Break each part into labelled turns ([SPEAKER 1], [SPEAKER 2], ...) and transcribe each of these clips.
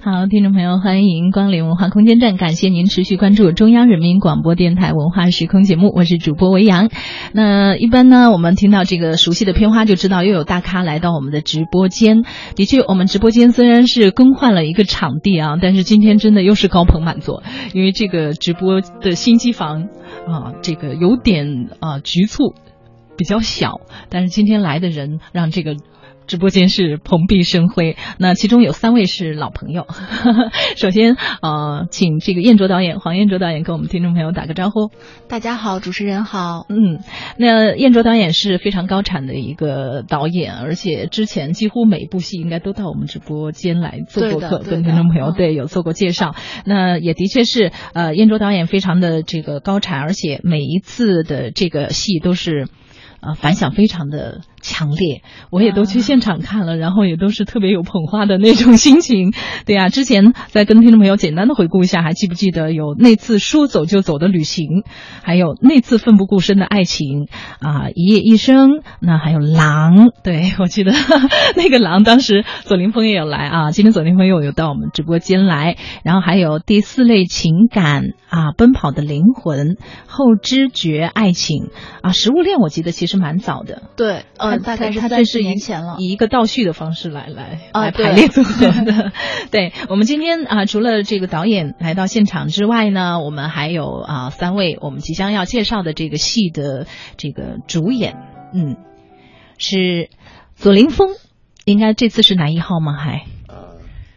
[SPEAKER 1] 好，听众朋友，欢迎光临文化空间站，感谢您持续关注中央人民广播电台文化时空节目，我是主播维扬。那一般呢，我们听到这个熟悉的片花，就知道又有大咖来到我们的直播间。的确，我们直播间虽然是更换了一个场地啊，但是今天真的又是高朋满座，因为这个直播的新机房啊，这个有点啊局促，比较小，但是今天来的人让这个。直播间是蓬荜生辉，那其中有三位是老朋友。 首先，呃，请这个燕卓导演黄燕卓导演跟我们听众朋友打个招呼。
[SPEAKER 2] 大家好，主持人好。
[SPEAKER 1] 嗯，那燕卓导演是非常高产的一个导演，而且之前几乎每一部戏应该都到我们直播间来做过客，跟听众朋友嗯对有做过介绍。嗯、那也的确是，呃，燕卓导演非常的这个高产，而且每一次的这个戏都是。啊，反响非常的强烈，我也都去现场看了，然后也都是特别有捧花的那种心情。对呀、啊，之前再跟听众朋友简单的回顾一下，还记不记得有那次说走就走的旅行，还有那次奋不顾身的爱情啊，一夜一生，那还有狼，对 我记得那个狼，当时左凌峰也有来啊，今天左凌峰又有到我们直播间来，然后还有第四类情感啊，奔跑的灵魂，后知觉爱情啊，食物链我记得其实。是蛮早的，
[SPEAKER 2] 对，嗯，大概是三十年前了，
[SPEAKER 1] 以一个倒叙的方式来来、啊、来排列组合的。对我们今天啊、呃，除了这个导演来到现场之外呢，我们还有啊、呃、三位我们即将要介绍的这个戏的这个主演，嗯，是左凌峰，应该这次是男一号吗？还？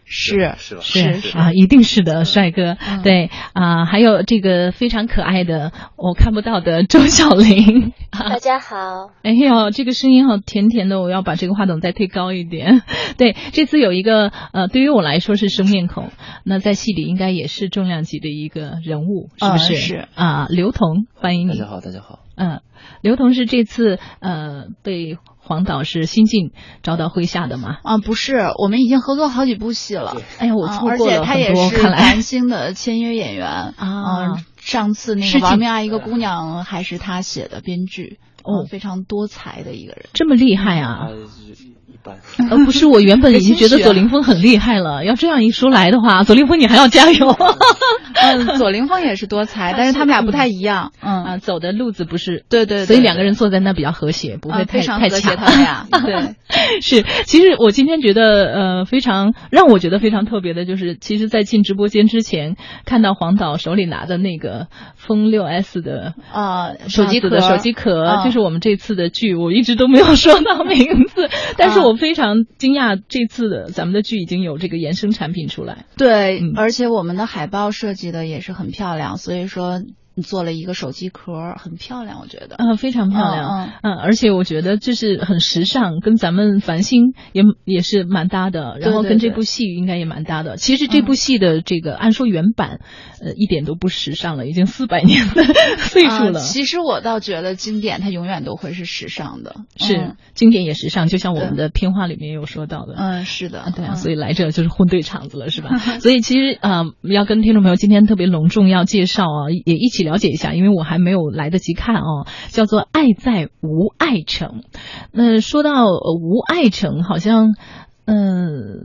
[SPEAKER 2] 是
[SPEAKER 3] 是
[SPEAKER 1] 是啊，一定是的，帅哥。嗯、对啊，还有这个非常可爱的我看不到的周小玲。
[SPEAKER 4] 啊、大家好。
[SPEAKER 1] 哎呦，这个声音好甜甜的，我要把这个话筒再推高一点。 对，这次有一个呃，对于我来说是生面孔，那在戏里应该也是重量级的一个人物，是不是？
[SPEAKER 2] 呃、是
[SPEAKER 1] 啊，刘同，欢迎你。
[SPEAKER 3] 大家好，大家好。
[SPEAKER 1] 嗯、呃，刘同是这次呃被。黄导是新晋招到麾下的吗？
[SPEAKER 2] 啊，不是，我们已经合作好几部戏了。
[SPEAKER 1] 哎呀，我错过了、啊、而
[SPEAKER 2] 且他也是男星的签约演 员啊、嗯。上次那个《王命爱一个姑娘》还是他写的编剧，哦、嗯，非常多才的一个人。
[SPEAKER 1] 这么厉害
[SPEAKER 2] 嗯
[SPEAKER 1] 啊！
[SPEAKER 3] 一般。
[SPEAKER 1] 呃，不是，我原本已经
[SPEAKER 2] 啊
[SPEAKER 1] 觉得左凌峰很厉害了。要这样一说来的话，左凌峰你还要加油。
[SPEAKER 2] 嗯，左凌峰也是多才，但是他们俩不太一样。嗯
[SPEAKER 1] 啊，走的路子不是
[SPEAKER 2] 对对，
[SPEAKER 1] 所以两个人坐在那比较和谐，不会太太
[SPEAKER 2] 抢。他们 俩对，
[SPEAKER 1] 是。其实我今天觉得呃非常让我觉得非常特别的就是，其实，在进直播间之前，看到黄导手里拿的那个风六 S 的
[SPEAKER 2] 啊
[SPEAKER 1] 手机壳手机壳，就是我们这次的剧，我一直都没有说到名字，但。但是我非常惊讶，这次的咱们的剧已经有这个衍生产品出来。
[SPEAKER 2] 对，嗯、而且我们的海报设计的也是很漂亮，所以说做了一个手机壳，很漂亮，我觉得。
[SPEAKER 1] 嗯、呃，非常漂亮。嗯、呃，而且我觉得就是很时尚，跟咱们繁星也也是蛮搭的，然后跟这部戏应该也蛮搭的。
[SPEAKER 2] 对对对
[SPEAKER 1] 其实这部戏的这个、嗯、按说原版，呃，一点都不时尚了，已经四百年的 岁数了、呃。
[SPEAKER 2] 其实我倒觉得经典它永远都会是时尚的，
[SPEAKER 1] 是、
[SPEAKER 2] 嗯、
[SPEAKER 1] 经典也时尚，就像我们。的片花里面有说到的，
[SPEAKER 2] 嗯，是的，
[SPEAKER 1] 对啊，所以来这就是混对场子了，是吧？ 所以其实啊、呃，要跟听众朋友今天特别隆重要介绍啊，也一起了解一下，因为我还没有来得及看哦，叫做《爱在无爱城》。那说到呃无爱城，好像嗯、呃，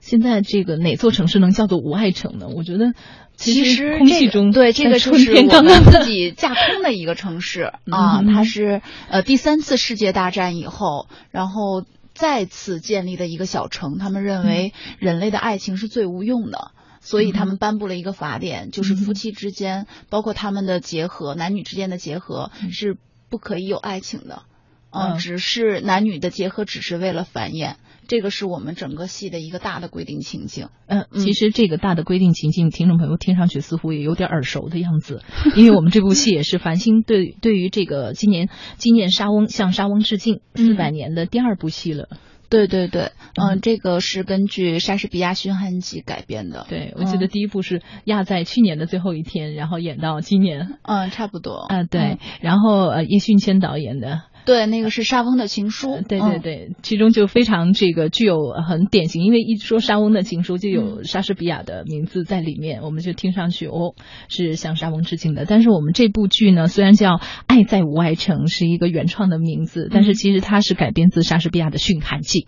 [SPEAKER 1] 现在这个哪座城市能叫做无爱城呢？我觉得。
[SPEAKER 2] 其实
[SPEAKER 1] 空气中、
[SPEAKER 2] 这个、对这个就是我们 自己架空的一个城市啊，它是呃第三次世界大战以后，然后。再次建立的一个小城，他们认为人类的爱情是最无用的，所以他们颁布了一个法典，就是夫妻之间，包括他们的结合，男女之间的结合是不可以有爱情的，嗯、呃，只是男女的结合只是为了繁衍。这个是我们整个戏的一个大的规定情境。
[SPEAKER 1] 嗯，其实这个大的规定情境，听众朋友听上去似乎也有点耳熟的样子，因为我们这部戏也是繁星对对于这个今年今年沙翁向沙翁致敬四百年的第二部戏了。
[SPEAKER 2] 对对对，嗯，嗯这个是根据莎士比亚《寻汉记》改编的。
[SPEAKER 1] 对，我记得第一部是压在去年的最后一天，然后演到今年。
[SPEAKER 2] 嗯，差不多。
[SPEAKER 1] 啊、呃，对，哦嗯、然后呃，叶迅谦导演的。
[SPEAKER 2] 对，那个是沙翁的情书。
[SPEAKER 1] 对对对，嗯、其中就非常这个具有很典型，因为一说沙翁的情书，就有莎士比亚的名字在里面，嗯、我们就听上去哦是向沙翁致敬的。但是我们这部剧呢，虽然叫《爱在嗯无爱城》，是一个原创的名字，但是其实它是改编自莎士比亚的《驯悍记》。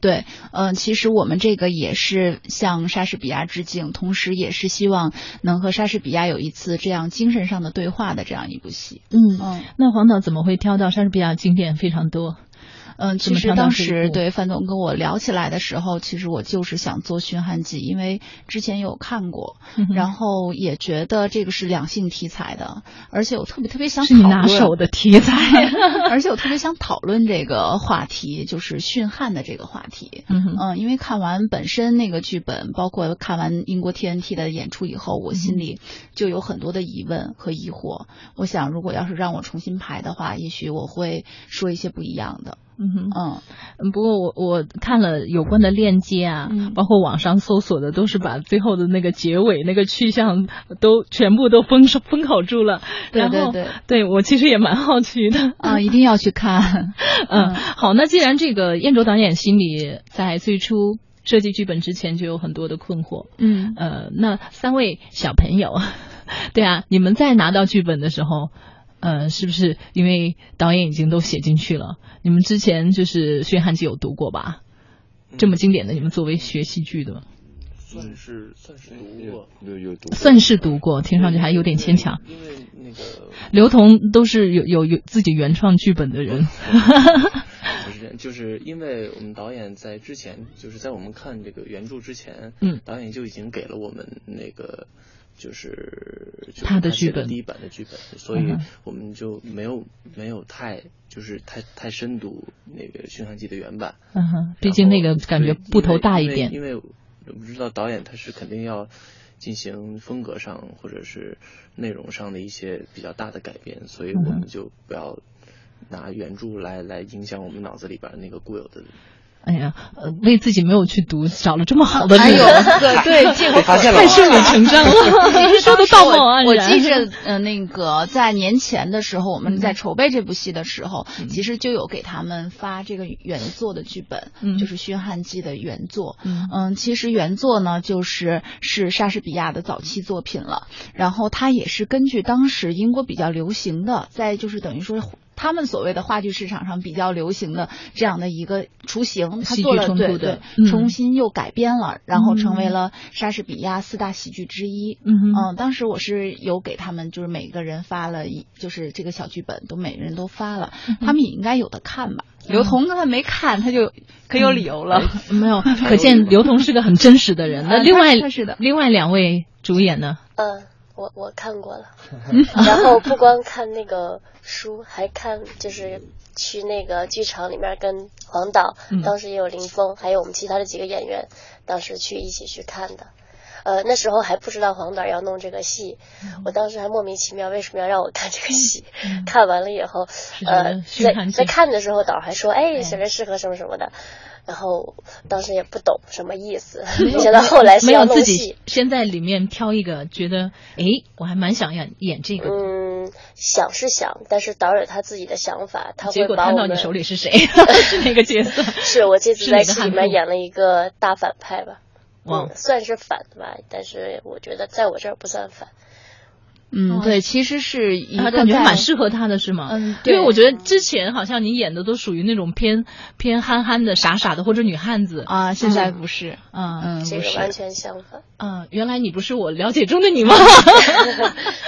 [SPEAKER 2] 对，嗯、呃，其实我们这个也是向莎士比亚致敬，同时也是希望能和莎士比亚有一次这样精神上的对话的这样一部戏。
[SPEAKER 1] 嗯，嗯那黄导怎么会挑到莎士比亚经典非常多？
[SPEAKER 2] 嗯，其实当时对范总跟我聊起来的时候，其实我就是想做《寻汉记》，因为之前有看过，嗯、然后也觉得这个是两性题材的，而且我特别特别想
[SPEAKER 1] 是你拿手的题材，
[SPEAKER 2] 而且我特别想讨论这个话题，就是驯汉的这个话题。嗯,嗯，因为看完本身那个剧本，包括看完英国 TNT 的演出以后，我心里就有很多的疑问和疑惑。我想，如果要是让我重新排的话，也许我会说一些不一样的。
[SPEAKER 1] 嗯哼嗯，不过我我看了有关的链接啊，嗯、包括网上搜索的，都是把最后的那个结尾那个去向都全部都封封口住了。
[SPEAKER 2] 对对对，
[SPEAKER 1] 对我其实也蛮好奇的
[SPEAKER 2] 啊，一定要去看。
[SPEAKER 1] 嗯，嗯好，那既然这个燕卓导演心里在最初。设计剧本之前就有很多的困惑，
[SPEAKER 2] 嗯，
[SPEAKER 1] 呃，那三位小朋友， 对啊，你们在拿到剧本的时候。呃，是不是因为导演已经都写进去了？你们之前就是《薛汉记》有读过吧？
[SPEAKER 2] 嗯
[SPEAKER 1] 这么经典的，你们作为学戏剧的，
[SPEAKER 5] 算是算是读过，
[SPEAKER 4] 有有读，
[SPEAKER 1] 算是读过，听上去还有点牵强。
[SPEAKER 5] 因为那个
[SPEAKER 1] 刘同都是有有有自己原创剧本的
[SPEAKER 2] 嗯
[SPEAKER 1] 人，
[SPEAKER 5] 不是，就是因为我们导演在之前，就是在我们看这个原著之前，
[SPEAKER 1] 嗯，
[SPEAKER 5] 导演就已经给了我们那个。就是
[SPEAKER 1] 他的剧本，嗯
[SPEAKER 5] 第一版的剧本，所以我们就没有没有太就是太太深读那个《驯汉记》的原版。
[SPEAKER 1] 嗯哼，毕竟那个感觉不头大一点。
[SPEAKER 5] 因为我们知道导演他是肯定要进行风格上或者是内容上的一些比较大的改变，所
[SPEAKER 1] 嗯
[SPEAKER 5] 以我们就不要拿原著来来影响我们脑子里边那个固有的。
[SPEAKER 1] 哎呀，呃，为自己没有去读，找了这么好的理由、
[SPEAKER 2] 哎，对对，这个
[SPEAKER 1] 太顺理成章 了，说的道貌岸
[SPEAKER 2] 然。我记着，呃，那个在年前的时候，我们在筹备这部戏的时候，嗯、其实就有给他们发这个原作的剧本，嗯、就是《薛汉记》的原作。嗯,嗯，其实原作呢，就是是莎士比亚的早期作品了，然后它也是根据当时英国比较流行的，在就是等于说。他们所谓的话剧市场上比较流行的这样的一个雏形，他做了对对，
[SPEAKER 1] 嗯、
[SPEAKER 2] 重新又改编了，然后成为了莎士比亚四大喜剧之一。嗯嗯，当时我是有给他们就是每个人发了一，就是这个小剧本都每人都发了，嗯、他们也应该有的看吧。刘同他没看，他就可有理由了。嗯
[SPEAKER 1] 嗯、没有， 可见刘同是个很真实的人。那另外
[SPEAKER 2] 呃是的，
[SPEAKER 1] 另外两位主演呢？
[SPEAKER 4] 嗯。我我看过了， 然后不光看那个书，还看就是去那个剧场里面跟黄导，
[SPEAKER 1] 嗯
[SPEAKER 4] 当时也有林峰，还有我们其他的几个演员，当时去一起去看的。呃，那时候还不知道黄导要弄这个戏，
[SPEAKER 1] 嗯
[SPEAKER 4] 我当时还莫名其妙为什么要让我看这个 戏。看完了以后，呃，在在看的时候，导还说，
[SPEAKER 1] 嗯
[SPEAKER 4] 哎，谁谁适合什么什么的。然后当时也不懂什么意思， 觉得后来
[SPEAKER 1] 没有自己先在里面挑一个，觉得哎，我还蛮想演演这个。
[SPEAKER 4] 嗯，想是想，但是导演他自己的想法，他
[SPEAKER 1] 结果看到你手里是谁，是哪个角色？
[SPEAKER 4] 是我这次在戏里面演了一个大反派吧，嗯，算是反的吧，但是我觉得在我这儿不算反。
[SPEAKER 2] 嗯，对，其实是一个
[SPEAKER 1] 感觉蛮适合他的是吗？
[SPEAKER 2] 嗯，
[SPEAKER 1] 因为我觉得之前好像你演的都属于那种偏偏憨憨的、傻傻的或者女汉子
[SPEAKER 2] 啊，现在不是，
[SPEAKER 1] 嗯
[SPEAKER 2] 嗯，
[SPEAKER 4] 这个完全相反。
[SPEAKER 1] 嗯，原来你不是我了解中的你吗？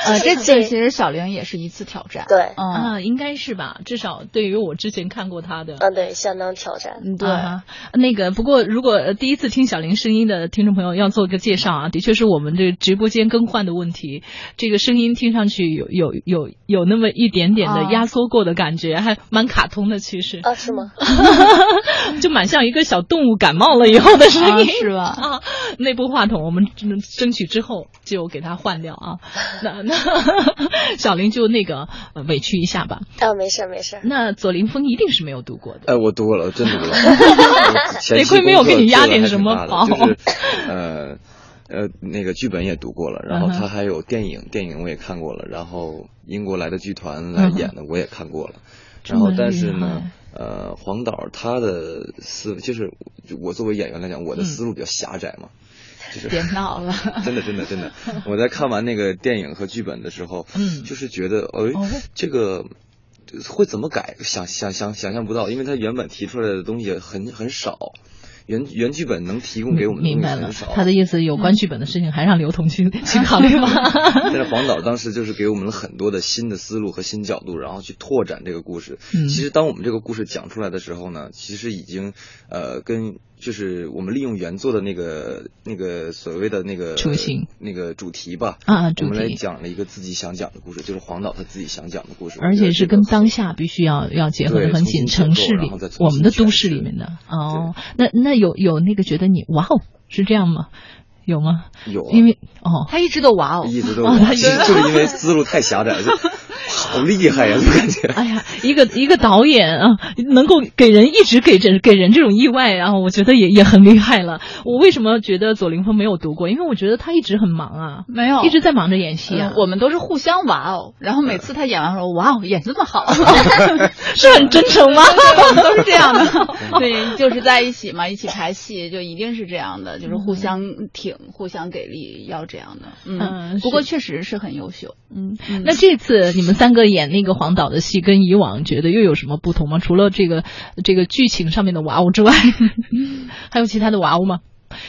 [SPEAKER 2] 呃，这次其实小玲也是一次挑战，嗯
[SPEAKER 4] 对，
[SPEAKER 1] 啊，应该是吧，至少对于我之前看过她的，
[SPEAKER 4] 嗯，对，相当挑战，
[SPEAKER 2] 嗯，对。
[SPEAKER 1] 啊 那个不过，如果呃第一次听小玲声音的听众朋友要做个介绍啊，的确是我们这直播间更换的问题，这个是。声音听上去有有有有那么一点点的压缩过的感觉，还蛮卡通的，其实
[SPEAKER 4] 啊是吗？
[SPEAKER 1] 就蛮像一个小动物感冒了以后的声 音，
[SPEAKER 2] 是吧？
[SPEAKER 1] 啊，那部话筒我们争取之后就给它换掉啊。那 那小林就那个呃委屈一下吧。
[SPEAKER 4] 啊，没事没事。
[SPEAKER 1] 那左凌峰一定是没有读过的。
[SPEAKER 4] 哎，
[SPEAKER 5] 我读过了，真读了。
[SPEAKER 1] 得亏没有给你压点什么宝。
[SPEAKER 5] 呃。呃，那个剧本也读过了，然后
[SPEAKER 1] 嗯
[SPEAKER 5] 他还有电影，uh huh. 电影我也看过了，然后英国来的剧
[SPEAKER 1] 嗯
[SPEAKER 5] 团来演的我也看过了，uh huh. 然后但是呢，呃，黄导他的思就是我作为演员来讲，我
[SPEAKER 1] 嗯
[SPEAKER 5] 的思路比较狭窄嘛，嗯、就是
[SPEAKER 2] 别闹了，
[SPEAKER 5] 真的真的真的，我在看完那个电影和剧本的时候，
[SPEAKER 1] 嗯，
[SPEAKER 5] 就是觉得哎、呃、这个。会怎么改？想想想想象不到，因为他原本提出来的东西很很少，
[SPEAKER 3] 原原剧本能提供给我们的
[SPEAKER 1] 明白了
[SPEAKER 3] 很少。啊
[SPEAKER 1] 他的意思有关剧本的事情还让刘同去 去考虑 吗？
[SPEAKER 3] 但是黄导当时就是给我们了很多的新的思路和新角度，然后去拓展这个故事。
[SPEAKER 1] 嗯
[SPEAKER 3] 其实当我们这个故事讲出来的时候呢，其实已经呃跟就是我们利用原作的那个那个所谓的那个
[SPEAKER 1] 雏形
[SPEAKER 3] 那个主题吧，
[SPEAKER 1] 啊
[SPEAKER 3] 我
[SPEAKER 1] 主
[SPEAKER 3] 们来
[SPEAKER 1] 题，
[SPEAKER 3] 讲了一个自己想讲的故事，就是黄导他自己想讲的故事，
[SPEAKER 1] 而
[SPEAKER 3] 我觉
[SPEAKER 1] 且
[SPEAKER 3] 得
[SPEAKER 1] 是
[SPEAKER 3] 这个
[SPEAKER 1] 跟当下必须要要结合的
[SPEAKER 3] 对
[SPEAKER 1] 很
[SPEAKER 3] 重
[SPEAKER 1] 紧，
[SPEAKER 3] 新结
[SPEAKER 1] 城
[SPEAKER 3] 构
[SPEAKER 1] 市
[SPEAKER 3] 然
[SPEAKER 1] 里
[SPEAKER 3] 后再重
[SPEAKER 1] 我们的
[SPEAKER 3] 新
[SPEAKER 1] 都
[SPEAKER 3] 诠
[SPEAKER 1] 市里
[SPEAKER 3] 释
[SPEAKER 1] 面的哦，那那有有那个觉得你哇哦是这样吗？有吗？
[SPEAKER 3] 有啊，
[SPEAKER 1] 因为哦，
[SPEAKER 2] 他一直都哇哦，
[SPEAKER 3] 一直都
[SPEAKER 1] 哦
[SPEAKER 3] 有，
[SPEAKER 1] 他
[SPEAKER 3] 其实就是因为思路太狭窄了，就好厉害呀，就 感觉。
[SPEAKER 1] 哎呀，一个一个导演啊，能够给人一直给这给人这种意外，然后我觉得也也很厉害了。我为什么觉得左凌峰没有读过？因为我觉得他一直很忙啊，
[SPEAKER 2] 没有
[SPEAKER 1] 一直在忙着演戏啊
[SPEAKER 2] 嗯，我们都是互相哇哦，然后每次他演完说哇哦，演这么 好，
[SPEAKER 1] 是很真诚 吗？
[SPEAKER 2] 我们都是这样的， 对，就是在一起嘛，一起排戏，就一定是这样的，就是互相挺，互相给力，要这样的。
[SPEAKER 1] 嗯
[SPEAKER 2] 嗯，
[SPEAKER 1] 是
[SPEAKER 2] 不过确实是很优秀。
[SPEAKER 1] 嗯，
[SPEAKER 2] 嗯
[SPEAKER 1] 那这次你们三个演那个黄导的戏，跟以往觉得又有什么不同吗？除了这个这个剧情上面的哇哦之外， 还有其他的哇哦吗？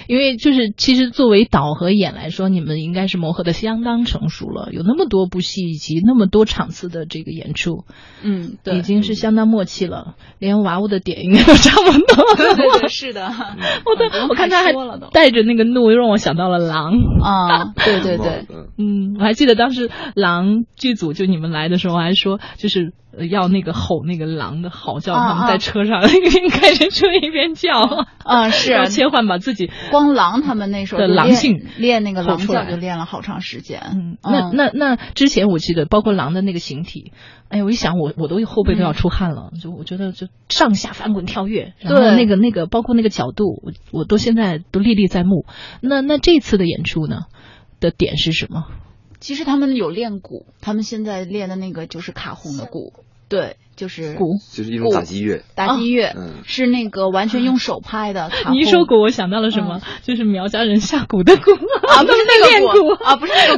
[SPEAKER 1] 因为就是其实作为导和演来说，你们应该是磨合的相当成熟了，有那么多部戏以及那么多场次的这个演出，
[SPEAKER 2] 嗯，
[SPEAKER 1] 已
[SPEAKER 2] 对，
[SPEAKER 1] 经是相当默契了，连娃娃的点应该都差不多。
[SPEAKER 2] 对对对， 是的。
[SPEAKER 1] 我
[SPEAKER 2] 不
[SPEAKER 1] 都
[SPEAKER 2] 用
[SPEAKER 1] 我看他
[SPEAKER 2] 太
[SPEAKER 1] 还
[SPEAKER 2] 说了都
[SPEAKER 1] 带着那个怒，让我想到了狼。
[SPEAKER 2] 啊，对对对，
[SPEAKER 3] 嗯，
[SPEAKER 1] 嗯，我还记得当时狼剧组就你们来的时候，还说就是呃要那个吼那个狼的嚎叫，
[SPEAKER 2] 啊
[SPEAKER 1] 他们
[SPEAKER 2] 啊
[SPEAKER 1] 在车上一边开着车一边叫，
[SPEAKER 2] 啊
[SPEAKER 1] 要
[SPEAKER 2] 是。
[SPEAKER 1] 切换把自己。
[SPEAKER 2] 光狼他们那时候
[SPEAKER 1] 的
[SPEAKER 2] 就
[SPEAKER 1] 狼
[SPEAKER 2] 练
[SPEAKER 1] 性
[SPEAKER 2] 练那个
[SPEAKER 1] 吼
[SPEAKER 2] 狼
[SPEAKER 1] 出
[SPEAKER 2] 叫
[SPEAKER 1] 来
[SPEAKER 2] 就练了好长时间。
[SPEAKER 1] 嗯，那那那之前我记得，包括狼的那个形体，哎呀，我一想我我都后背都要出汗了，就我觉得就上下翻滚跳跃，然后
[SPEAKER 2] 对
[SPEAKER 1] 那个那个包括那个角度，我我都现在都历历在目。那那这次的演出呢的点是什么？
[SPEAKER 2] 其实他们有练鼓，他们现在练的那个就是卡洪的鼓，对，就是
[SPEAKER 1] 鼓啊
[SPEAKER 3] 就是一种打击乐，
[SPEAKER 5] 哦
[SPEAKER 2] 打击乐，
[SPEAKER 3] 嗯
[SPEAKER 2] 是那个完全用手拍的。卡
[SPEAKER 1] 你一说
[SPEAKER 2] 洪
[SPEAKER 1] 鼓，我想到了什么？就是苗家人下蛊的蛊
[SPEAKER 2] 嗯啊，不是那
[SPEAKER 1] 练
[SPEAKER 2] 个
[SPEAKER 1] 蛊
[SPEAKER 2] 鼓啊，不是那个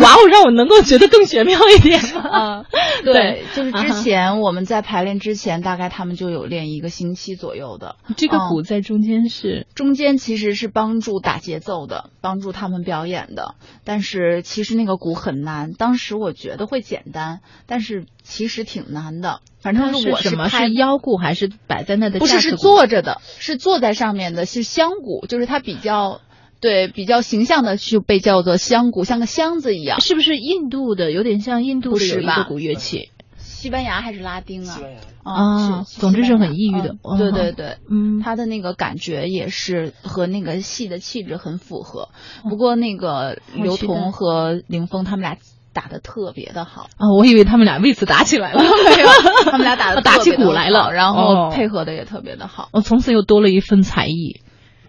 [SPEAKER 1] 哇哦，让我能够觉得更玄妙一点。
[SPEAKER 2] 啊，
[SPEAKER 1] 对
[SPEAKER 2] 对，就是
[SPEAKER 1] 啊哈
[SPEAKER 2] 之前我们在排练之前，大概他们就有练一个星期左右的，
[SPEAKER 1] 这个鼓在中间是
[SPEAKER 2] 中间其实是帮助打节奏的，帮助他们表演的。但是其实那个鼓很难，当时我觉得会简单，但是其实挺难的。反正我
[SPEAKER 1] 什么？
[SPEAKER 2] 拍
[SPEAKER 1] 是腰鼓还是摆在那的？
[SPEAKER 2] 不是是坐着的，是坐在上面的，是香鼓，就是它比较对比较形象的就被叫做香鼓，像个箱子一样。
[SPEAKER 1] 啊是不是印度的？有点像印度
[SPEAKER 2] 不
[SPEAKER 1] 的
[SPEAKER 2] 是
[SPEAKER 1] 有一
[SPEAKER 2] 吧
[SPEAKER 1] 个古乐器
[SPEAKER 2] 西班牙还是拉丁啊？
[SPEAKER 1] 啊
[SPEAKER 2] 是
[SPEAKER 1] 总之是
[SPEAKER 2] 西班牙
[SPEAKER 1] 很抑郁的
[SPEAKER 2] 嗯对
[SPEAKER 1] 嗯
[SPEAKER 2] 对对，
[SPEAKER 1] 嗯
[SPEAKER 2] 他的那个感觉也是和那个戏的气质很符合。
[SPEAKER 1] 嗯
[SPEAKER 2] 不过那个刘
[SPEAKER 1] 好期待
[SPEAKER 2] 同和林峰他们俩打的特别 的好，
[SPEAKER 1] 啊！我以为他们俩为此打起来了。
[SPEAKER 2] 没有，他们俩打的
[SPEAKER 1] 打起鼓来了
[SPEAKER 2] 然
[SPEAKER 1] 哦
[SPEAKER 2] 后配合的也特别的好，
[SPEAKER 1] 我从此又多了一份才 艺。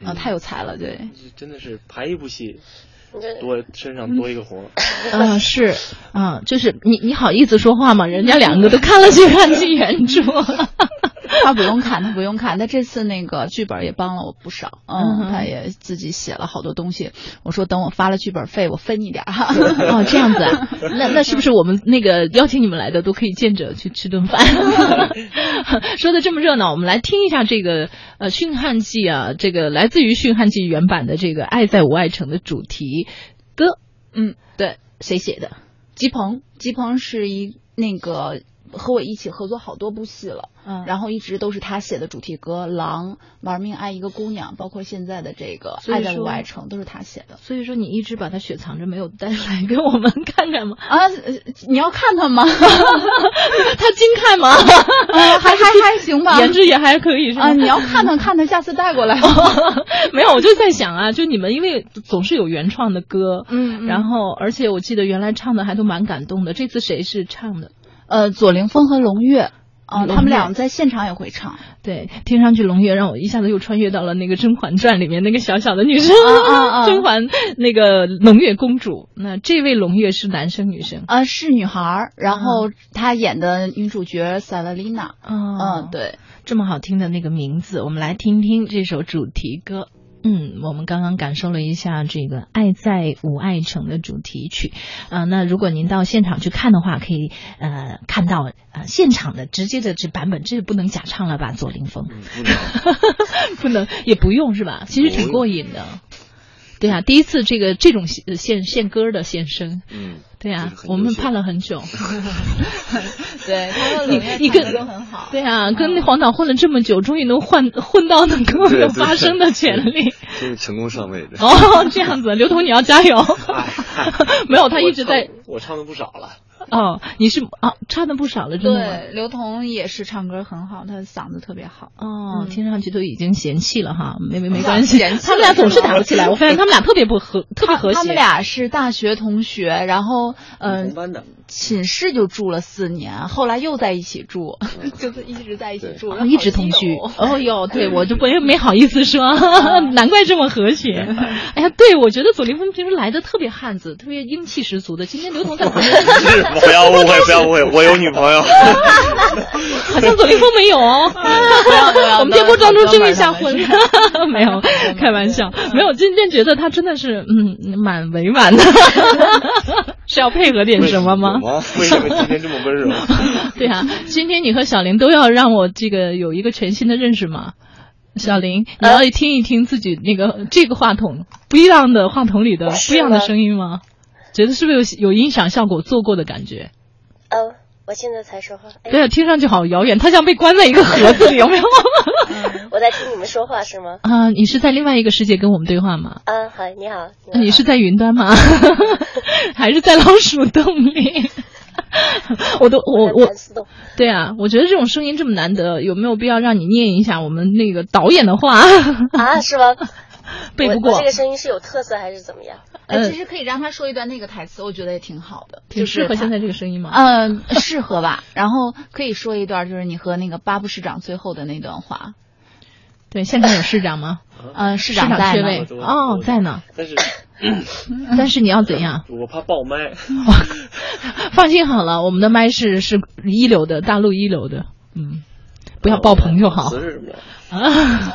[SPEAKER 2] 啊，
[SPEAKER 1] 嗯
[SPEAKER 2] 太有才了，对，
[SPEAKER 5] 真的是排一部戏
[SPEAKER 4] 你这
[SPEAKER 5] 多身上多一个活儿。
[SPEAKER 1] 啊，是啊，就是你你好意思说话吗？人家两个都看了去看去原著。
[SPEAKER 2] 他不用看，他不用看。他这次那个剧本也帮了我不少，
[SPEAKER 1] 嗯哼
[SPEAKER 2] 嗯，他也自己写了好多东西。我说等我发了剧本费，我分 你点儿哈。
[SPEAKER 1] 哦，这样子啊，那那是不是我们那个邀请你们来的都可以见着去吃顿饭？ 说的这么热闹，我们来听一下这个呃《驯悍记》啊，这个来自于《驯悍记》原版的这个《爱在无爱城》的主题歌，
[SPEAKER 2] 嗯，对，
[SPEAKER 1] 谁写的？
[SPEAKER 2] 吉鹏，吉鹏是一那个和我一起合作好多部戏了，
[SPEAKER 1] 嗯
[SPEAKER 2] 然后一直都是他写的主题歌《狼》《玩命爱一个姑娘》，包括现在的这个《
[SPEAKER 1] 所以
[SPEAKER 2] 爱在无
[SPEAKER 1] 说
[SPEAKER 2] 爱城》都是他写的。
[SPEAKER 1] 所以说你一直把它雪藏着，没有带来给我们看看 吗？
[SPEAKER 2] 啊，呃你要看他吗？
[SPEAKER 1] 他精看吗？
[SPEAKER 2] 啊还还还行吧。
[SPEAKER 1] 颜值也还可以是吗？
[SPEAKER 2] 啊，你要看他看他，下次带过来。
[SPEAKER 1] 没有，我就在想啊，就你们因为总是有原创的歌，
[SPEAKER 2] 嗯嗯
[SPEAKER 1] 然后而且我记得原来唱的还都蛮感动的，这次谁是唱的？
[SPEAKER 2] 呃，左凌峰和龙月，啊、
[SPEAKER 1] 龙
[SPEAKER 2] 他们
[SPEAKER 1] 月
[SPEAKER 2] 俩在现场也会唱。
[SPEAKER 1] 对，听上去龙月让我一下子又穿越到了那个《甄嬛传》里面那个小小的女生，
[SPEAKER 2] 啊啊 啊
[SPEAKER 1] 甄嬛那个胧月公主。那这位胧月是男生女生？
[SPEAKER 2] 啊、是女孩儿，然后她演的女主角萨拉丽娜。
[SPEAKER 1] 哦
[SPEAKER 2] 嗯，，对。
[SPEAKER 1] 这么好听的那个名字，我们来听听这首主题歌。嗯，我们刚刚感受了一下这个《爱在吾爱城》的主题曲啊、呃。那如果您到现场去看的话，可以呃看到呃现场的直接的这版本，这不能假唱了吧？左凌峰、
[SPEAKER 3] 嗯、不能，
[SPEAKER 1] 不能也不用是吧？其实挺过瘾的。对啊，第一次这个这种献献歌的献身，
[SPEAKER 3] 嗯，
[SPEAKER 1] 对啊，
[SPEAKER 3] 就是很优秀
[SPEAKER 1] 我们盼了很久。
[SPEAKER 2] 对，他说冷月
[SPEAKER 1] 你跟
[SPEAKER 2] 都很好。
[SPEAKER 1] 对啊，跟黄导混了这么久，终于能混 混到能够有发声的权利。
[SPEAKER 3] 这是成功上位的。
[SPEAKER 1] 哦， 这样子，刘彤你要加 油。
[SPEAKER 2] 啊
[SPEAKER 1] 没有，他一直在。
[SPEAKER 5] 哎我唱的不少了。
[SPEAKER 1] 哦，你是啊，唱的不少了，真的吗。
[SPEAKER 2] 对，刘同也是唱歌很好，他嗓子特别好。
[SPEAKER 1] 哦，
[SPEAKER 2] 嗯
[SPEAKER 1] 听上去都已经嫌弃了哈，没没没关系，
[SPEAKER 2] 嫌弃
[SPEAKER 1] 他们俩总是打不起来，我发现他们俩特别不和，特别和谐。
[SPEAKER 2] 他们俩是大学同学，然后嗯、
[SPEAKER 5] 同班 的，
[SPEAKER 2] 寝室就住了四年，后来又在一起住， 就是一直嗯啊在一起住，然
[SPEAKER 1] 哦，
[SPEAKER 2] 后
[SPEAKER 1] 一直
[SPEAKER 2] 好
[SPEAKER 1] 同
[SPEAKER 2] 基
[SPEAKER 1] 居
[SPEAKER 2] 友。
[SPEAKER 1] 哦哟，对我就不没好意思 说， 难怪这么和谐。哎呀，对我觉得左凌峰平时来的特别汉子，特别英气十足的。今天刘同在旁边，
[SPEAKER 5] 是不要误会，不要误会，我有女朋友。
[SPEAKER 1] 好像左凌峰没有 哦。
[SPEAKER 2] 不要不要
[SPEAKER 1] 我们电波当中争一下
[SPEAKER 2] 不要
[SPEAKER 1] 婚
[SPEAKER 2] 不要，
[SPEAKER 1] 没有开玩笑，没有真正觉得他真的是嗯蛮委婉的， 是要配合点什么吗？
[SPEAKER 3] 有
[SPEAKER 5] 为什么今天这么温柔？
[SPEAKER 1] 对啊，今天你和小林都要让我这个有一个全新的认识嘛。小林，你要听一听自己那个这个话筒不一样的话筒里的不一样的声音吗？觉得是不是有有音响效果做过的感觉？
[SPEAKER 4] 嗯，我现在才说话。哎，
[SPEAKER 1] 对啊，听上去好遥远，它像被关在一个盒子里，有 没有？嗯
[SPEAKER 4] 我在听你们说话是吗？
[SPEAKER 1] 啊，你是在另外一个世界跟我们对话吗？
[SPEAKER 4] 啊，好，你好，你
[SPEAKER 1] 你是在云端 吗？ 还是在老鼠洞里？ 我都我
[SPEAKER 4] 我
[SPEAKER 1] 我
[SPEAKER 4] 盘丝洞，
[SPEAKER 1] 对啊，我觉得这种声音这么难得，有没有必要让你念一下我们那个导演的话？
[SPEAKER 4] 啊，是吗？
[SPEAKER 1] 背不
[SPEAKER 4] 我我
[SPEAKER 1] 过
[SPEAKER 4] 这，个声音是有特色还是怎么样？
[SPEAKER 2] 哎
[SPEAKER 1] 呃
[SPEAKER 2] 其实可以让他说一段那个台词，我觉得也挺好的，
[SPEAKER 1] 挺适合
[SPEAKER 2] 就是他
[SPEAKER 1] 现在这个声音
[SPEAKER 4] 啊
[SPEAKER 1] 吗？
[SPEAKER 2] 嗯，适合吧。然后可以说一段，就是你和那个巴布市长最后的那段话。
[SPEAKER 1] 对，现场有市长 吗？
[SPEAKER 2] 嗯，市
[SPEAKER 1] 市
[SPEAKER 2] 长在
[SPEAKER 1] 缺
[SPEAKER 2] 呢。
[SPEAKER 1] 位
[SPEAKER 5] 我都
[SPEAKER 1] 哦
[SPEAKER 5] 我，
[SPEAKER 1] 在呢。
[SPEAKER 5] 但是
[SPEAKER 1] 但是你要怎样？
[SPEAKER 5] 我怕爆麦，
[SPEAKER 1] 放心好了，我们的麦是是一流的，大陆一流的，嗯，不要爆棚就好
[SPEAKER 5] 词。是什么呀？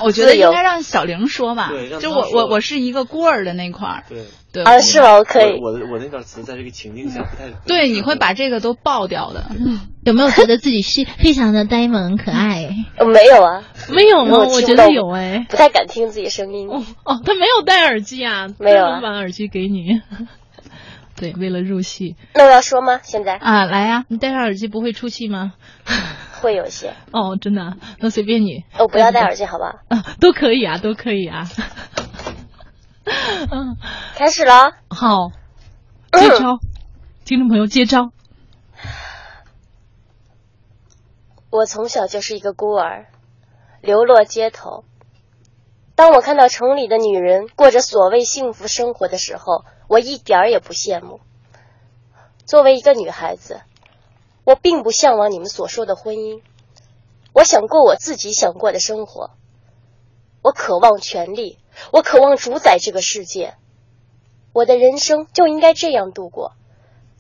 [SPEAKER 2] 我觉得
[SPEAKER 4] 自
[SPEAKER 2] 应
[SPEAKER 4] 由
[SPEAKER 2] 该让小玲说吧
[SPEAKER 5] 对，让
[SPEAKER 2] 就
[SPEAKER 5] 她
[SPEAKER 2] 我我
[SPEAKER 5] 说
[SPEAKER 2] 我是一个孤儿的那块儿，
[SPEAKER 5] 对，
[SPEAKER 2] 对
[SPEAKER 1] 呃
[SPEAKER 4] 啊，
[SPEAKER 2] 我
[SPEAKER 4] 是吗？我可以。
[SPEAKER 5] 我我我那段词在这个情境下不太
[SPEAKER 2] 对，你会把这个都爆掉的。
[SPEAKER 6] 嗯有没有觉得自己 是非常的呆萌可爱？
[SPEAKER 4] 呃没有啊，
[SPEAKER 1] 没有吗？
[SPEAKER 4] 我
[SPEAKER 1] 我
[SPEAKER 4] 听
[SPEAKER 1] 觉得
[SPEAKER 4] 到
[SPEAKER 1] 有哎。
[SPEAKER 4] 不太敢听自己声音。
[SPEAKER 1] 哦 哦，他没有戴耳机啊，
[SPEAKER 4] 没有啊
[SPEAKER 1] 专门把耳机给你。 对，为了入戏，
[SPEAKER 4] 那我要说吗？现在
[SPEAKER 2] 啊，来呀，
[SPEAKER 1] 你戴上耳机不会出戏吗？
[SPEAKER 4] 会有一些，
[SPEAKER 1] 哦，真的啊，那随便你
[SPEAKER 4] 哦，不要戴耳机，好吧？
[SPEAKER 1] 啊，都可以啊，都可以啊。 嗯，
[SPEAKER 4] 开始了啊，
[SPEAKER 1] 好，接招，听众朋友接招。
[SPEAKER 4] 我从小就是一个孤儿，流落街头。当我看到城里的女人过着所谓幸福生活的时候，我一点儿也不羡慕。作为一个女孩子，我并不向往你们所说的婚姻，我想过我自己想过的生活。我渴望权利，我渴望主宰这个世界。我的人生就应该这样度过，